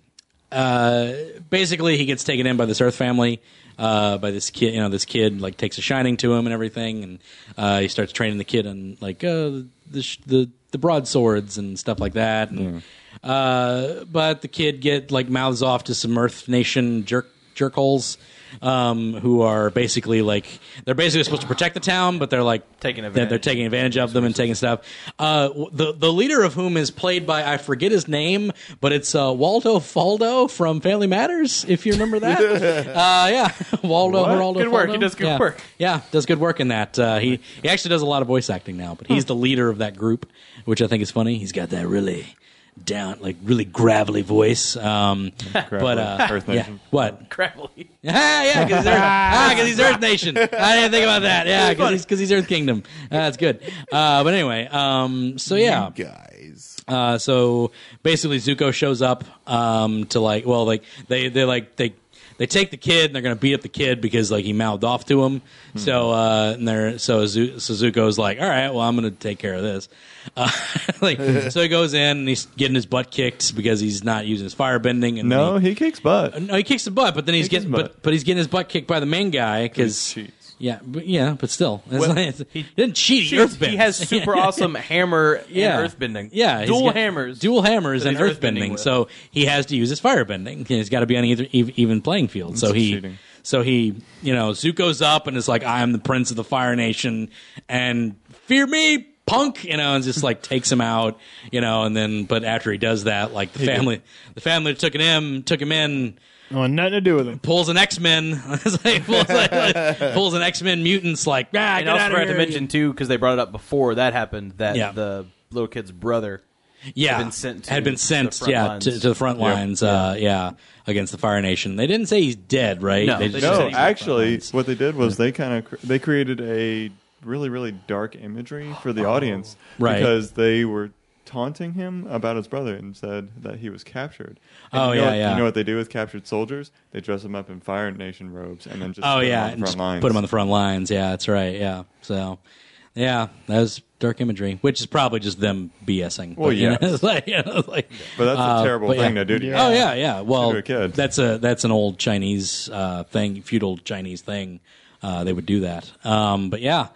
uh, basically, he gets taken in by this Earth family. Uh, by this kid, you know, this kid like takes a shining to him and everything, and uh, he starts training the kid on like uh, the, sh- the the broadswords and stuff like that. And, uh, but the kid get like mouths off to some Earth Nation jerk jerkholes, um, who are basically like they're basically supposed to protect the town, but they're like Taking they're- advantage. They're taking advantage of them and taking stuff. Uh, w- the the leader of whom is played by I forget his name, but it's uh, Waldo Faldo from Family Matters. If you remember that, uh, yeah, Waldo Geraldo Good work. Faldo. He does good Yeah. work. Yeah, does good work in that. Uh, he he actually does a lot of voice acting now, Hmm. but he's the leader of that group, which I think is funny. He's got that really down, like really gravelly voice. Um, but uh, Earth yeah, Nation. what? Crappily. Ah, yeah, because he's, Earth- ah, 'cause he's Earth Nation. I didn't think about that. Yeah, because he's, 'cause he's Earth Kingdom. Ah, That's good. Uh, but anyway, um, so yeah. guys. Uh, so basically, Zuko shows up um, to like, well, like they they like they they take the kid and they're gonna beat up the kid because like he mouthed off to him. So uh, and they're so, Zu- so Zuko's like, all right, well, I'm gonna take care of this. Uh, like so he goes in and he's getting his butt kicked because he's not using his fire bending. And no, he, he kicks butt. no, he kicks the butt, but then he's Kicks getting his but, butt. but he's getting his butt kicked by the main guy because He cheats. yeah, but, yeah, but still, It's Well, like- it's- he- he didn't cheat. He, Jeez, earthbends. he has super awesome hammer Yeah. and earthbending. Yeah, he's dual got- hammers. dual hammers, that and he's earthbending. earthbending with. so he has to use his firebending. He's got to be on either ev- even playing field. so he, cheating. so he, you know, Zuko's up and is like, "I am the prince of the Fire Nation, and fear me." Punk, you know, and just like takes him out, you know, and then but after he does that, like the family, the family took him, took him in, I want nothing to do with him. pulls an X Men, pulls, like, pulls an X Men mutants, like, ah, And get I also out of forgot here. to mention too because they brought it up before that happened that Yeah. the little kid's brother. yeah, had been sent to had been the sent, front yeah, lines. To, to the front lines, uh, yeah, against the Fire Nation. They didn't say he's dead, right? No, they they just just said No, he was actually, fine. what they did was they kind of cr- they created a really really dark imagery for the audience Oh, Right. because they were taunting him about his brother and said that he was captured. And Oh, you know yeah, what, yeah. You know what they do with captured soldiers? They dress them up in Fire Nation robes and then just Oh put 'em yeah, on the and front just lines. put him on the front lines. Yeah, that's right. Yeah, so yeah, that was dark imagery, which is probably just them BSing. Well, you know, yes. it's like- you know, it's like- But that's a uh, terrible but yeah. thing to do. To Oh you. yeah, yeah. Well, a kid. that's a that's an old Chinese uh, thing, feudal Chinese thing. Uh, they would do that. Um, but yeah,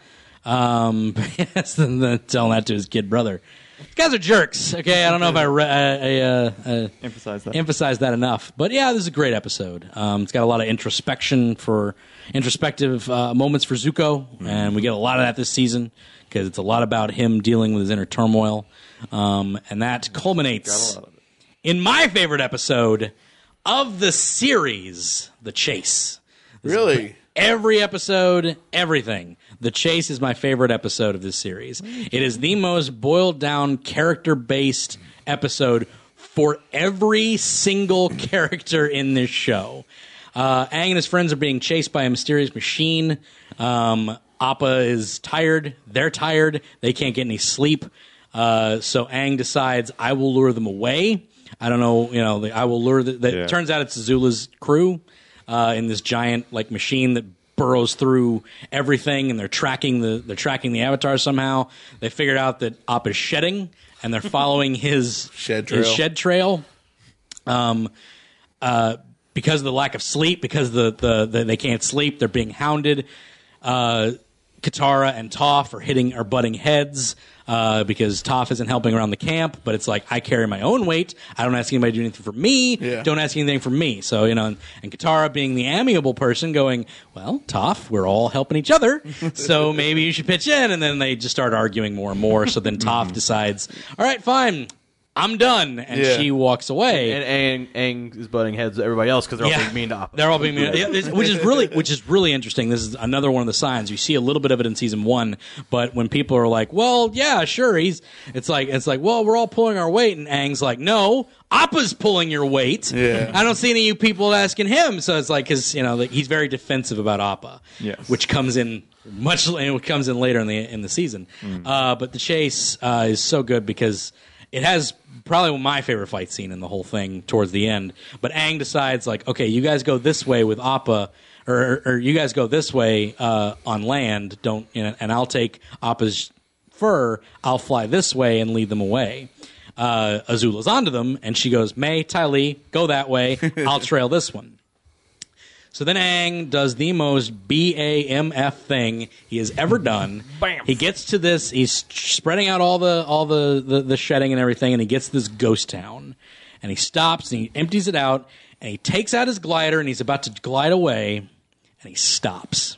um, yes, and then telling that to his kid brother. These guys are jerks. Okay, I don't know if I, re- I, I uh, uh, Emphasize that. emphasize that enough. But yeah, this is a great episode. Um, it's got a lot of introspection for introspective uh, moments for Zuko, Mm-hmm. and we get a lot of that this season because it's a lot about him dealing with his inner turmoil, um, and that culminates in my favorite episode of the series, The Chase. Really? Every episode, everything. The Chase is my favorite episode of this series. It is the most boiled down character based episode for every single character in this show. Uh, Aang and his friends are being chased by a mysterious machine. Um, Appa is tired. They're tired. They can't get any sleep. Uh, so Aang decides, I will lure them away. I don't know, you know, the, I will lure. The, the, Yeah. Turns out it's Zula's crew uh, in this giant like machine that burrows through everything, and they're tracking the they're tracking the avatar somehow. They figured out that Op is shedding, and they're following his Shed his trail. shed trail. Um, uh, because of the lack of sleep, because the, the, the they can't sleep, they're being hounded. Uh, Katara and Toph are hitting are butting heads uh, because Toph isn't helping around the camp. But it's like I carry my own weight. I don't ask anybody to do anything for me. Yeah. Don't ask anything from me. So you know, and, and Katara being the amiable person, going, "Well, Toph, we're all helping each other, so maybe you should pitch in." And then they just start arguing more and more. So then Toph decides, "All right, fine." I'm done, and Yeah. she walks away. And Aang, Aang is butting heads with everybody else because they're all Yeah. being mean to Appa. They're all being mean, yeah, this- which is really, which is really interesting. This is another one of the signs you see a little bit of it in season one, but when people are like, "Well, yeah, sure," he's, it's like, it's like, well, we're all pulling our weight, and Ang's like, "No, Appa's pulling your weight." Yeah. I don't see any of you people asking him, so it's like, because you know, like, he's very defensive about Appa, Yes. which comes in much, it comes in later in the in the season. Uh, but the chase uh, is so good because it has probably my favorite fight scene in the whole thing towards the end. But Aang decides, like, okay, you guys go this way with Appa, or, or you guys go this way uh, on land. Don't, and, and I'll take Appa's fur. I'll fly this way and lead them away. Uh, Azula's onto them, and she goes, May, Ty Lee, go that way. I'll trail this one. So then Aang does the most BAMF thing he has ever done. Bam. He gets to this, he's spreading out all the all the, the, the shedding and everything, and he gets to this ghost town. And he stops and he empties it out, and he takes out his glider and he's about to glide away, and he stops.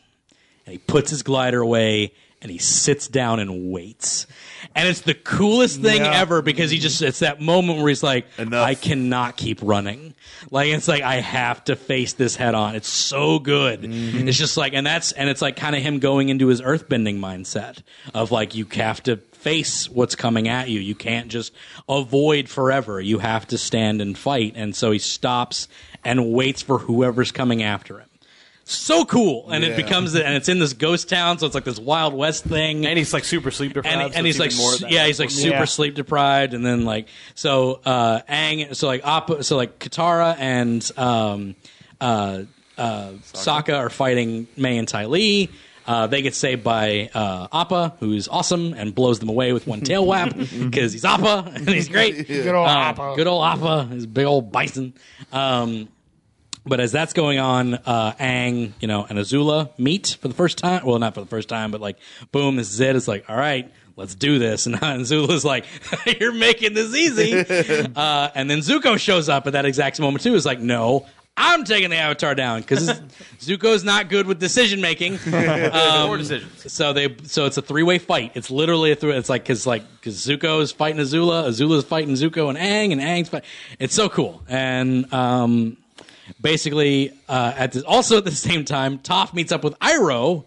And he puts his glider away and he sits down and waits. And it's the coolest thing ever because he just it's that moment where he's like, Enough. I cannot keep running. Like it's like I have to face this head on. It's so good. It's just like and that's and it's like kind of him going into his earthbending mindset of like you have to face what's coming at you. You can't just avoid forever. You have to stand and fight. And so he stops and waits for whoever's coming after him. So cool. And it Yeah. becomes and it's in this ghost town, so it's like this wild west thing And he's like super sleep deprived. and, so and it's he's like even more of su- that. yeah he's like super Yeah. sleep deprived and then like so uh ang so like Appa, so like katara and um uh uh Sokka are fighting May and Ty Lee. Uh, they get saved by uh, Appa, who's awesome and blows them away with one tail whap because he's Appa and he's great. Good old Uh, Appa. Good old Appa, his big old bison. Um, but as that's going on, uh, Ang, you know, and Azula meet for the first time. Well, not for the first time, but like, boom, this is it. It's like, all right, let's do this. And Azula's like, you're making this easy. uh, and then Zuko shows up at that exact moment too. Is like, no. I'm taking the avatar down because Zuko's not good with decision making. um, Poor decisions. So they so it's a three way fight. It's literally a three. It's like because like because Zuko is fighting Azula, Azula is fighting Zuko and Aang, and Aang's fight. It's so cool. And um, basically uh, at this, also at the same time, Toph meets up with Iroh.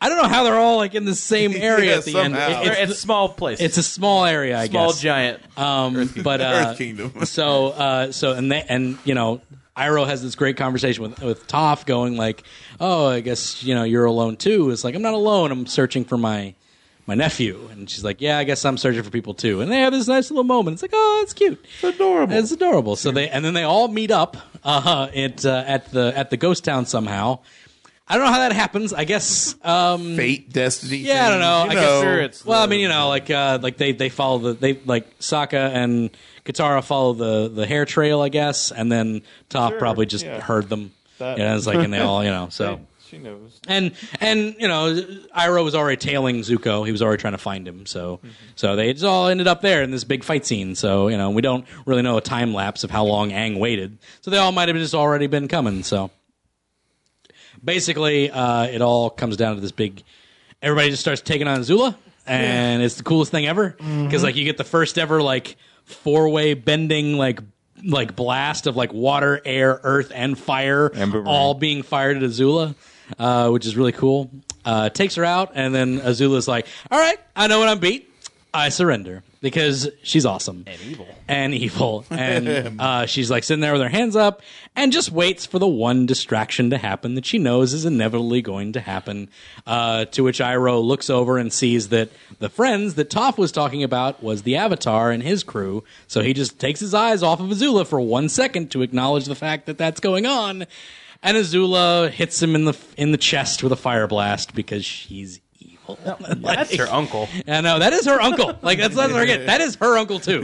I don't know how they're all like in the same area Yeah, at the somehow. end. They're It- at it's, small places. it's a small area, I small guess. giant. Um, but uh, Earth Kingdom. so uh, so and they, and you know, Iroh has this great conversation with with Toph, going like, "Oh, I guess you know you're alone too." It's like I'm not alone. I'm searching for my my nephew, and she's like, "Yeah, I guess I'm searching for people too." And they have this nice little moment. It's like, "Oh, that's cute." Adorable. It's adorable. So they and then they all meet up uh, at uh, at the at the ghost town somehow. I don't know how that happens. I guess um, Fate, destiny. yeah, I don't thing, know. you I guess Sure, it's well, I the- mean, you know, like uh, like they they follow the they like Sokka and Katara follow the the hair trail, I guess, and then Toph Sure, probably just yeah. heard them. That- Yeah, it's like and they all you know so. She knows. And and you know, Iroh was already tailing Zuko. He was already trying to find him. So so they just all ended up there in this big fight scene. So you know, we don't really know a time lapse of how long Aang waited. So they all might have just already been coming. So basically, uh, it all comes down to this big. Everybody just starts taking on Azula, and it's the coolest thing ever because like you get the first ever like four way bending like like blast of like water, air, earth, and fire And boomerang. all being fired at Azula, uh, which is really cool. Uh, takes her out, and then Azula's like, "All right, I know when I'm beat. I surrender." Because she's awesome and evil, and evil, and uh, she's like sitting there with her hands up and just waits for the one distraction to happen that she knows is inevitably going to happen. Uh, to which Iroh looks over and sees that the friends that Toph was talking about was the Avatar and his crew. So he just takes his eyes off of Azula for one second to acknowledge the fact that that's going on, and Azula hits him in the in the chest with a fire blast because she's evil. That's her uncle. I know that is her uncle. Like that's let's not forget that is her uncle too.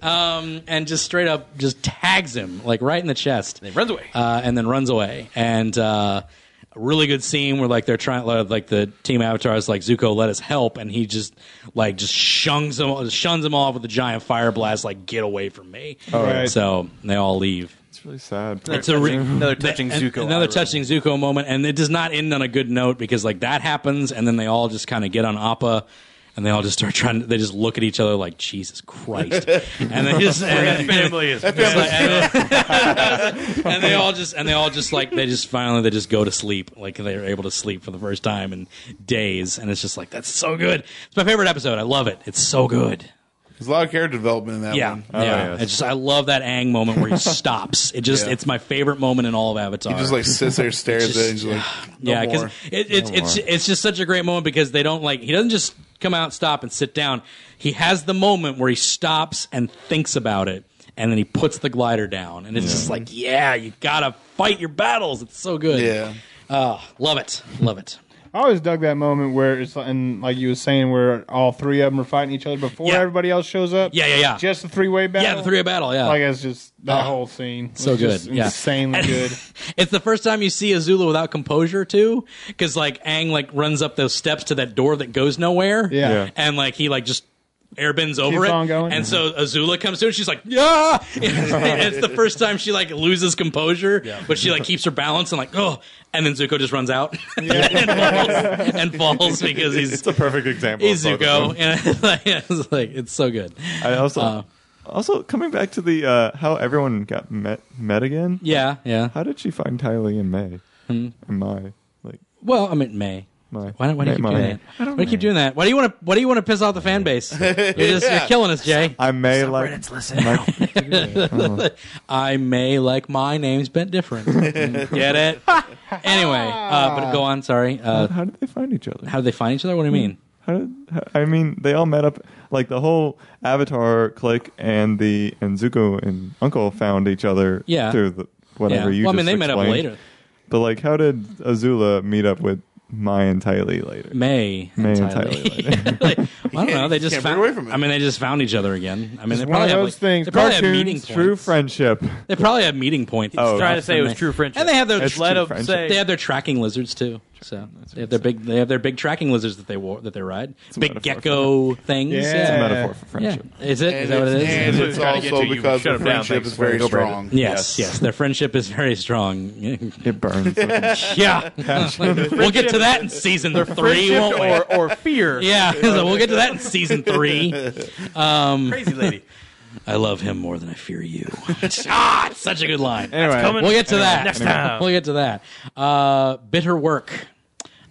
Um, and just straight up just tags him like right in the chest. He runs away. Uh, and then runs away. And uh, a really good scene where like they're trying uh, like the team avatar is like Zuko let us help, and he just like just shuns them shuns them off with a giant fire blast. Like get away from me. All right. So they all leave. It's really sad. It's a re- another touching and- Zuko. Another Iroh. touching Zuko moment, and it does not end on a good note because like that happens, and then they all just kind of get on Appa, and they all just start trying. They just look at each other like Jesus Christ, and they just and, Family is and they all just and they all just like they just finally they just go to sleep like they're able to sleep for the first time in days, and it's just like that's so good. It's my favorite episode. I love it. It's so good. There's a lot of character development in that Yeah, one. Oh, yeah. yes. It's just I love that Ang moment where he stops. It just Yeah. it's my favorite moment in all of Avatar. He just like sits there, stares at it, and he's like, no yeah, because more. it, it's it's it's just such a great moment because they don't like he doesn't just come out, stop, and sit down. He has the moment where he stops and thinks about it, and then he puts the glider down, and it's just like, yeah, you gotta fight your battles. It's so good. Yeah. oh, love it, love it. I always dug that moment where it's and like you were saying, where all three of them are fighting each other before Yeah. everybody else shows up. Yeah, yeah, yeah. Just the three way battle. yeah, the three way battle. Yeah, Like it's just that Oh, whole scene. was so just good, yeah. insanely good. It's the first time you see Azula without composure too, because like Aang like runs up those steps to that door that goes nowhere. Yeah. Yeah. and like he like just airbends over it, on going. Mm-hmm. and so Azula comes to it. She's like, yeah. And it's the first time she like loses composure, but she like keeps her balance and like oh, and then Zuko just runs out and, falls, and falls because he's It's a perfect example. he's of both of Zuko, them. and it's like, it's like it's so good. I also, Uh, also coming back to the uh, how everyone got met met again. Yeah, Hmm. yeah. How did she find Tylee and May? And my like Well, I meant May. May. Why, why do you keep May, doing May. that? Why do you keep doing that? Why do you want to? Why do you want to piss off the fan base? You're, just, you're killing us, Jay. I may like I may like my name's bent different. Get it? anyway, uh, but go on. Sorry. Uh, how did they find each other? how do they find each other? What do you mean? How did, how, I mean, they all met up. Like the whole Avatar clique and the and Zuko and Uncle found each other. Yeah. Through the, whatever Yeah. you. Well, I mean, just they met up explained. later. But like, how did Azula meet up with Mai and Tylee later? May May and entirely. Tylee like, I don't know. They just can't found. break away from it. I mean, they just found each other again. I mean, they one probably of have those like, things, They probably have cartoons, meeting points. True friendship. They probably have meeting points. Oh. trying to say it was They- true friendship. And they have their It's Let true him friendship. say They have their tracking lizards too. So they have their big they have their big tracking lizards that they wore that they ride. a Big metaphor for gecko things. Yeah. It's a yeah. metaphor for Yeah. friendship. Is it? Is And that what it's, it is? and That's it's what I'm trying to get also to. You because shut the him down. friendship Thanks. is very Go, Brandon. strong. Yes, yes, Their friendship is very strong. It burns. yeah. we'll get to that in season three, won't we? or, or fear. yeah, so we'll get to that in season three. Crazy lady. I love him more than I fear you. ah, it's such a good line. anyway, We'll get to that Next time. We'll get to that. Uh, bitter work.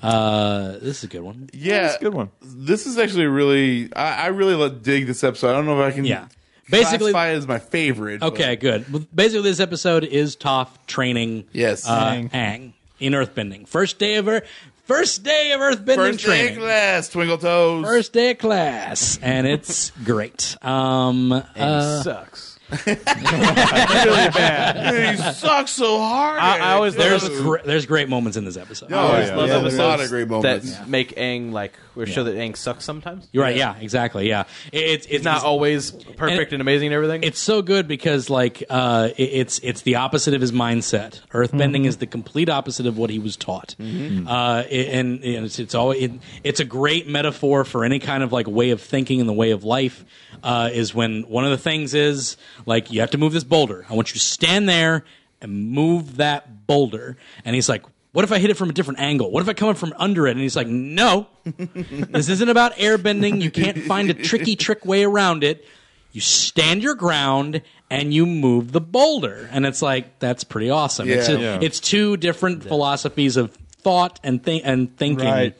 Uh, this is a good one. Yeah, That's a good one. This is actually really, I, I really love, dig this episode. I don't know if I can. Yeah. Basically- classify it as my favorite. but- Okay, good. Well, Basically, this episode is Toph training. Yes. uh, Aang. Aang in Earthbending. First day of Earth. First day of Earthbending First day training. of class, Twinkle Toes. First day of class, and it's great. Um, uh, Sucks. Dude, he sucks so hard. I- I always- Eric. there's gr- there's great moments in this episode. No, I always Oh, yeah, love there's episodes a lot of great that moments. make Aang like or show that Aang sucks sometimes. You're right. Yeah, exactly. Yeah, It- it's it's It's not always perfect and amazing and everything. It's so good because like uh, it- it's it's the opposite of his mindset. Earthbending is the complete opposite of what he was taught, uh, it- and, and it's it's always it, it's a great metaphor for any kind of like way of thinking and the way of life. Uh, is when one of the things is like you have to move this boulder. I want you to stand there and move that boulder. And he's like, what if I hit it from a different angle? What if I come up from under it? And he's like, no, this isn't about airbending. You can't find a tricky trick way around it. You stand your ground and you move the boulder. And it's like, that's pretty awesome. It's, Yeah. a- Yeah. it's two different philosophies of thought and, thi- and thinking. Right.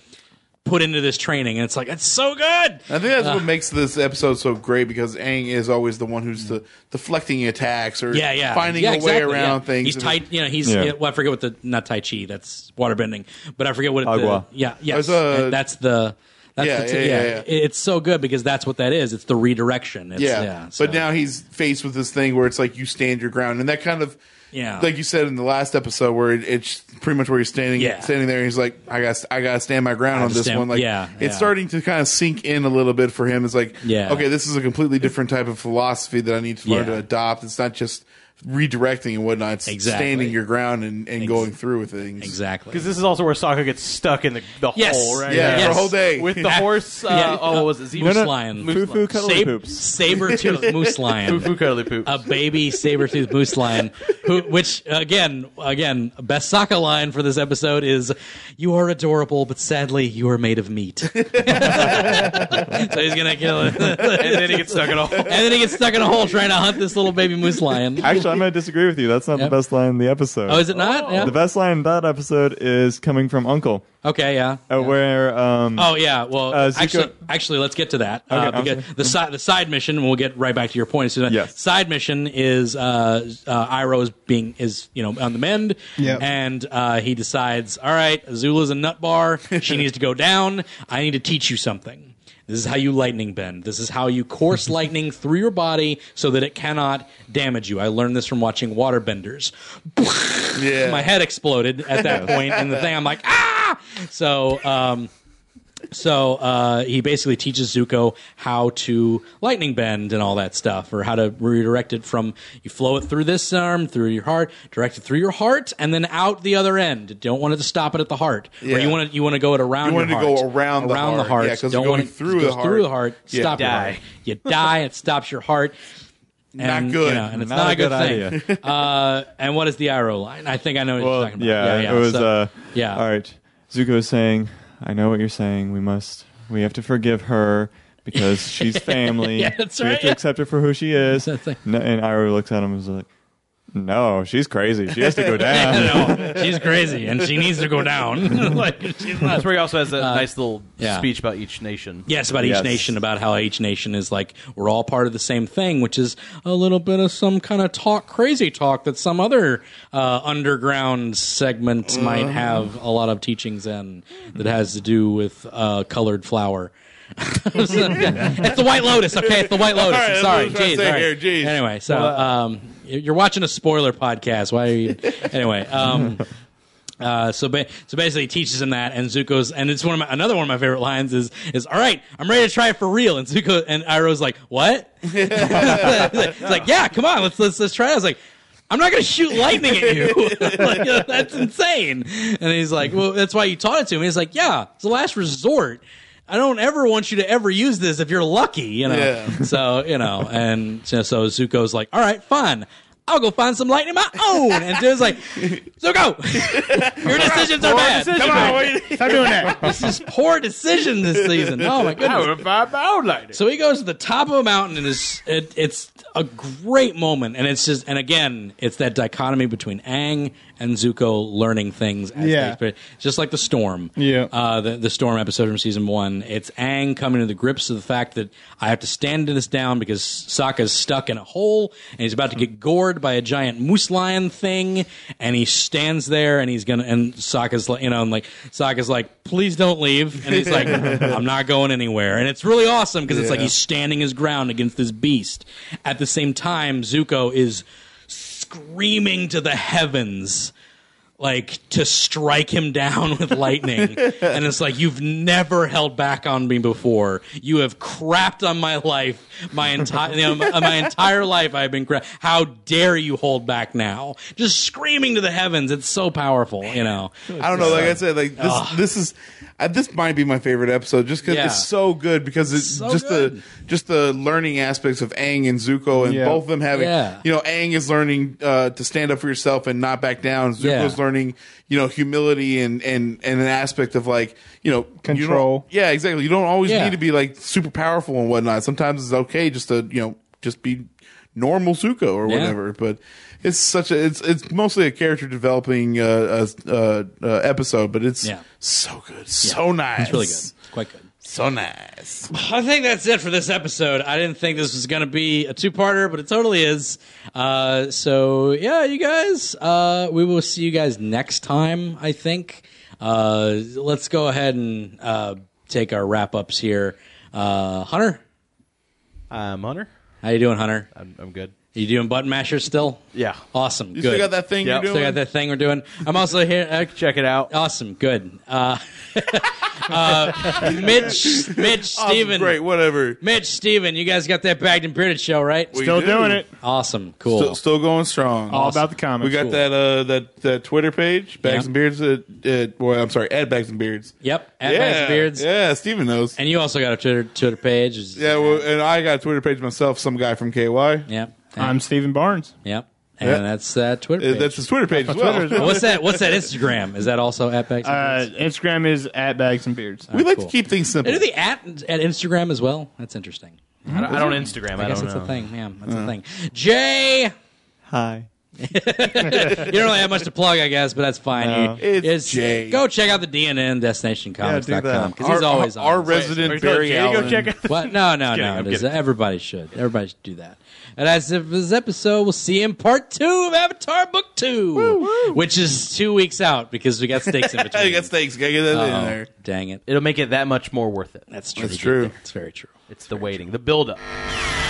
Put into this training, and it's like it's so good. I think that's what makes this episode so great because Aang is always the one who's the deflecting attacks or Yeah, yeah. finding Yeah, a exactly, way around yeah. things. He's And it- tight. You know, he's. Yeah. yeah, well, I forget what the not tai chi. That's waterbending, but I forget what it, Agua. the yeah yes It's a- uh, that's the. That's Yeah, the t- yeah, yeah, yeah. It- It's so good because that's what that is. It's the redirection. It's, Yeah. yeah, so- But now he's faced with this thing where it's like you stand your ground, and that kind of, Yeah. like you said in the last episode, where it, it's pretty much where he's standing, Yeah. standing there. And he's like, I got, I got to stand my ground on to this stand- one. Like, yeah, it's yeah. starting to kind of sink in a little bit for him. It's like, Yeah. okay, this is a completely different type of philosophy that I need to learn Yeah. to adopt. It's not just redirecting and whatnot, it's Exactly. standing your ground and, and Ex- going through with things. Exactly. Because this is also where Sokka gets stuck in the, the Yes. hole, right? Yeah, Yes. for a whole day. With the horse, uh, Yeah. oh, what was it? Zebra? Moose lion. Foo foo cuddly Sab- poops. saber-toothed moose lion. Foo cuddly poop. a baby saber-toothed moose lion, who, which again, again, best Sokka line for this episode is, "You are adorable, but sadly, you are made of meat." so he's gonna kill it, and and then he gets stuck in a hole. then he gets stuck in a hole trying to hunt this little baby moose lion. Actually, I'm going to disagree with you. That's not Yep. the best line in the episode. Oh, is it not? The Yeah. best line in that episode is coming from Uncle, Okay, yeah. uh, where um, Oh yeah. Well, Uh, Zuko- actually, actually, let's get to that uh, Okay, because okay. the side the side mission. We'll get right back to your point. So Yes. Side mission is uh, uh, Iroh is being is you know on the mend, Yep. and uh, he decides, all right, Azula's a nut bar. She needs to go down. I need to teach you something. This is how you lightning bend. This is how you course lightning through your body so that it cannot damage you. I learned this from watching waterbenders. Yeah. My head exploded at that point in the thing. I'm like, ah! So, um, so uh, he basically teaches Zuko how to lightning bend and all that stuff, or how to redirect it from you flow it through this arm, through your heart, direct it through your heart, and then out the other end. Don't want it to stop it at the heart, or Yeah. you want to you want to go it around. You want your it to go heart. around the around the heart. heart. Yeah, 'cause Don't going want it- through the goes through the heart. heart. Yeah. Stop your Die. heart. You die. It stops your heart. And, Not good. you know, and it's not, a good, thing. uh, and what is the arrow line? I think I know what Well, you're talking about. Yeah, it was. so- uh, yeah. All right. Zuko is saying, "I know what you're saying. We must. We have to forgive her because she's family. Yeah, that's we right, have to yeah. accept her for who she is." That's it. No, and Iroh looks at him and is like, "No, she's crazy. She has to go down." no, she's crazy and she needs to go down. like she's not. That's where he also has that nice little Uh, yeah. speech about each nation. Yes, about each Yes. nation, about how each nation is like we're all part of the same thing, which is a little bit of some kind of talk, crazy talk that some other uh, underground Mm-hmm. segment might have a lot of teachings in that has to do with uh, colored flour. it's the White Lotus, okay? It's the White Lotus. All right, I'm that's sorry, what I was jeez. trying to say all right. here, jeez. uh, Anyway, so um, you're watching a spoiler podcast. Why are you? anyway. Um, Uh, so, ba- so basically, he teaches him that, and Zuko's, and it's one of my, another one of my favorite lines is, is all right, I'm ready to try it for real, and Zuko and Iroh's like, what? it's like, yeah, come on, let's let's let's try. it. I was like, I'm not gonna shoot lightning at you. like, uh, that's insane. And he's like, well, that's why you taught it to me. He's like, yeah, it's the last resort. I don't ever want you to ever use this if you're lucky, you know. Yeah. So you know, and so, so Zuko's like, all right, fine. I'll go find some lightning of my own. And Zuko's like, Zuko, your decisions are bad. Come on. Stop doing that. This is poor decision this season. Oh my goodness. So he goes to the top of a mountain, and is it, it's a great moment. And it's just, and again, it's that dichotomy between Aang and Zuko learning things. As Yeah. they- just like the storm. Yeah. uh, the the storm episode from season one. It's Aang coming to the grips of the fact that I have to stand this down because Sokka's stuck in a hole, and he's about to get gored by a giant moose lion thing. And he stands there, and he's gonna, and Sokka's like, you know, and like Sokka's like, please don't leave, and he's like, I'm not going anywhere. And it's really awesome because it's like he's standing his ground against this beast. At the same time, Zuko is screaming to the heavens like to strike him down with lightning and it's like you've never held back on me before you have crapped on my life my entire you know, my, my entire life i've been cra- how dare you hold back now just screaming to the heavens it's so powerful you know I don't know. Like I said, like this, this is uh, this might be my favorite episode just because Yeah. it's so good because it's So just good. the just the learning aspects of Aang and Zuko and Yeah. both of them having Yeah. you know Aang is learning uh, to stand up for yourself and not back down. Zuko's Yeah. learning you know humility and and and an aspect of like you know you don't- Control. yeah, exactly. You don't always Yeah. need to be like super powerful and whatnot. Sometimes it's okay just to you know just be normal Zuko or Yeah. whatever but it's such a it's it's mostly a character developing uh, uh, uh, uh, episode, but it's Yeah. so good, so nice, it's really good it's quite good so nice. I think that's it for this episode. I didn't think this was going to be a two-parter, but it totally is. Uh, so yeah, you guys, uh, we will see you guys next time. I think. Uh, let's go ahead and uh, take our wrap-ups here. Uh, Hunter, I'm Hunter. how you doing, Hunter? Uh, I'm, I'm good. You doing button mashers still? Yeah. Awesome. You good. still got that thing Yep. you're Still doing? got that thing we're doing. I'm also here. uh, Check it out. Awesome. Good. Uh, uh, Mitch, Mitch, Awesome, Steven. Great, whatever. Mitch, Steven, you guys got that bagged and bearded show, right? We Still do. doing it. Awesome. Cool. Still, still going strong. All about the comics. We got Cool. that uh that, that Twitter page, Yeah. Bags and Beards at, at well, I'm sorry, at Bags and Beards. yep. At yeah, Bags and Beards. Yeah, Steven knows. And you also got a Twitter, Twitter page. Is- yeah, well, and I got a Twitter page myself, some guy from KY. Yep. And, I'm Stephen Barnes. yep. And Yeah. that's that Twitter Uh, page. That's his Twitter page as well. Twitter as well. what's that? What's that Instagram? Is that also at Bags and Uh, Beards? Instagram is at Bags and Beards. we like cool. to keep things They simple. do the at at Instagram as well. That's interesting. I don't, I don't Instagram. I, I guess don't that's know. a thing. Yeah, that's Uh-huh. a thing. Jay, Hi. you don't really have much to plug, I guess, but that's fine. No. You- It's Jay. Go check out the DNN destinationcomics.com because our, he's always our, on. our resident Barry Allen. what? No, no, kidding, no. I'm It is- kidding. Everybody should. Everybody should do that. And as of this episode, we'll see you in part two of Avatar Book Two, which is two weeks out because we got stakes in between. I got stakes. Gotta get that Oh, in there. Dang it! It'll make it that much more worth it. That's true. That's true. It's very true. It's the waiting, the build up.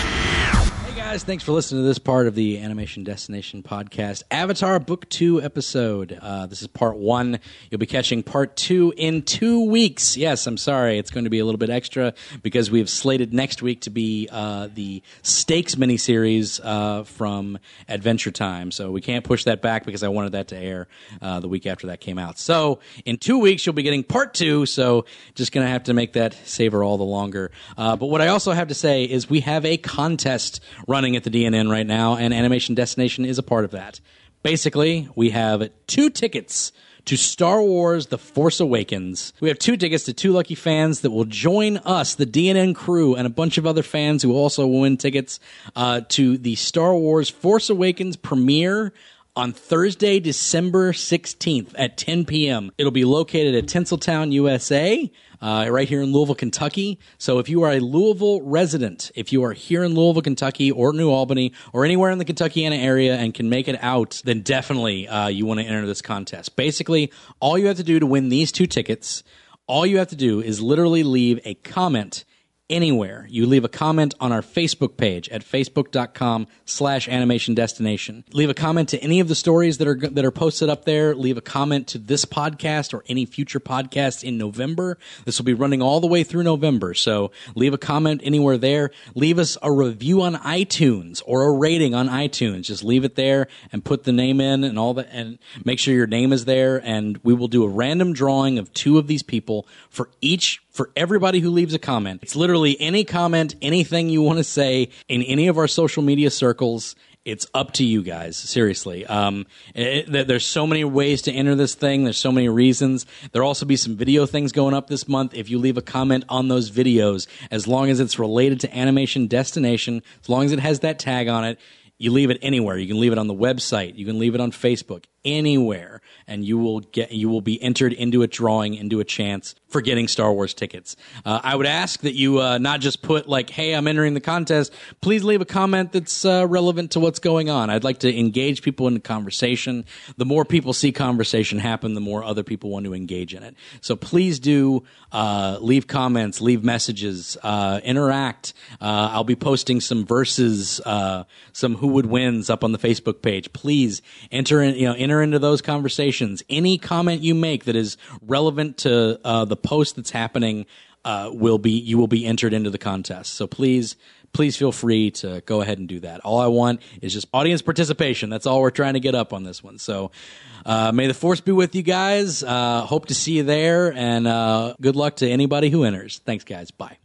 Hey guys, thanks for listening to this part of the Animation Destination podcast, Avatar Book 2 episode. Uh, this is part one. You'll be catching part two in two weeks. Yes, I'm sorry. It's going to be a little bit extra because we have slated next week to be uh, the Stakes miniseries uh, from Adventure Time. So we can't push that back because I wanted that to air uh, the week after that came out. So in two weeks, you'll be getting part two. So just going to have to make that savor all the longer. Uh, but what I also have to say is we have a contest running at the DNN right now, and Animation Destination is a part of that. Basically, we have two tickets to Star Wars The Force Awakens. We have two tickets to two lucky fans that will join us, the DNN crew, and a bunch of other fans who also will win tickets uh, to the Star Wars Force Awakens premiere on Thursday, December 16th at 10 p.m. It'll be located at Tinseltown, USA, uh, right here in Louisville, Kentucky. So if you are a Louisville resident, if you are here in Louisville, Kentucky, or New Albany, or anywhere in the Kentuckiana area and can make it out, then definitely uh, you want to enter this contest. Basically, all you have to do to win these two tickets, all you have to do is literally leave a comment anywhere you leave a comment on our facebook page at facebook.com slash animation destination leave a comment to any of the stories that are that are posted up there leave a comment to this podcast or any future podcasts in november this will be running all the way through november so leave a comment anywhere there leave us a review on itunes or a rating on itunes just leave it there and put the name in and all that and make sure your name is there and we will do a random drawing of two of these people for each for everybody who leaves a comment. It's literally any comment, anything you want to say in any of our social media circles. It's up to you guys, seriously. Um, it- it- there's so many ways to enter this thing. There's so many reasons. There'll also be some video things going up this month. If you leave a comment on those videos, as long as it's related to Animation Destination, as long as it has that tag on it, you leave it anywhere. You can leave it on the website. You can leave it on Facebook. Anywhere, and you will get you will be entered into a drawing, into a chance for getting Star Wars tickets. Uh, I would ask that you uh, not just put like, "Hey, I'm entering the contest." Please leave a comment that's uh, relevant to what's going on. I'd like to engage people in the conversation. The more people see conversation happen, the more other people want to engage in it. So please do uh, leave comments, leave messages, uh, interact. Uh, I'll be posting some verses, uh, some who would wins up on the Facebook page. Please enter in, you know, enter into those conversations. Any comment you make that is relevant to uh, the post that's happening uh, will be you will be entered into the contest. So please. Please feel free to go ahead and do that. All I want is just audience participation. That's all we're trying to get up on this one. So, uh, may the force be with you guys. Uh, hope to see you there, and uh, good luck to anybody who enters. Thanks, guys. Bye.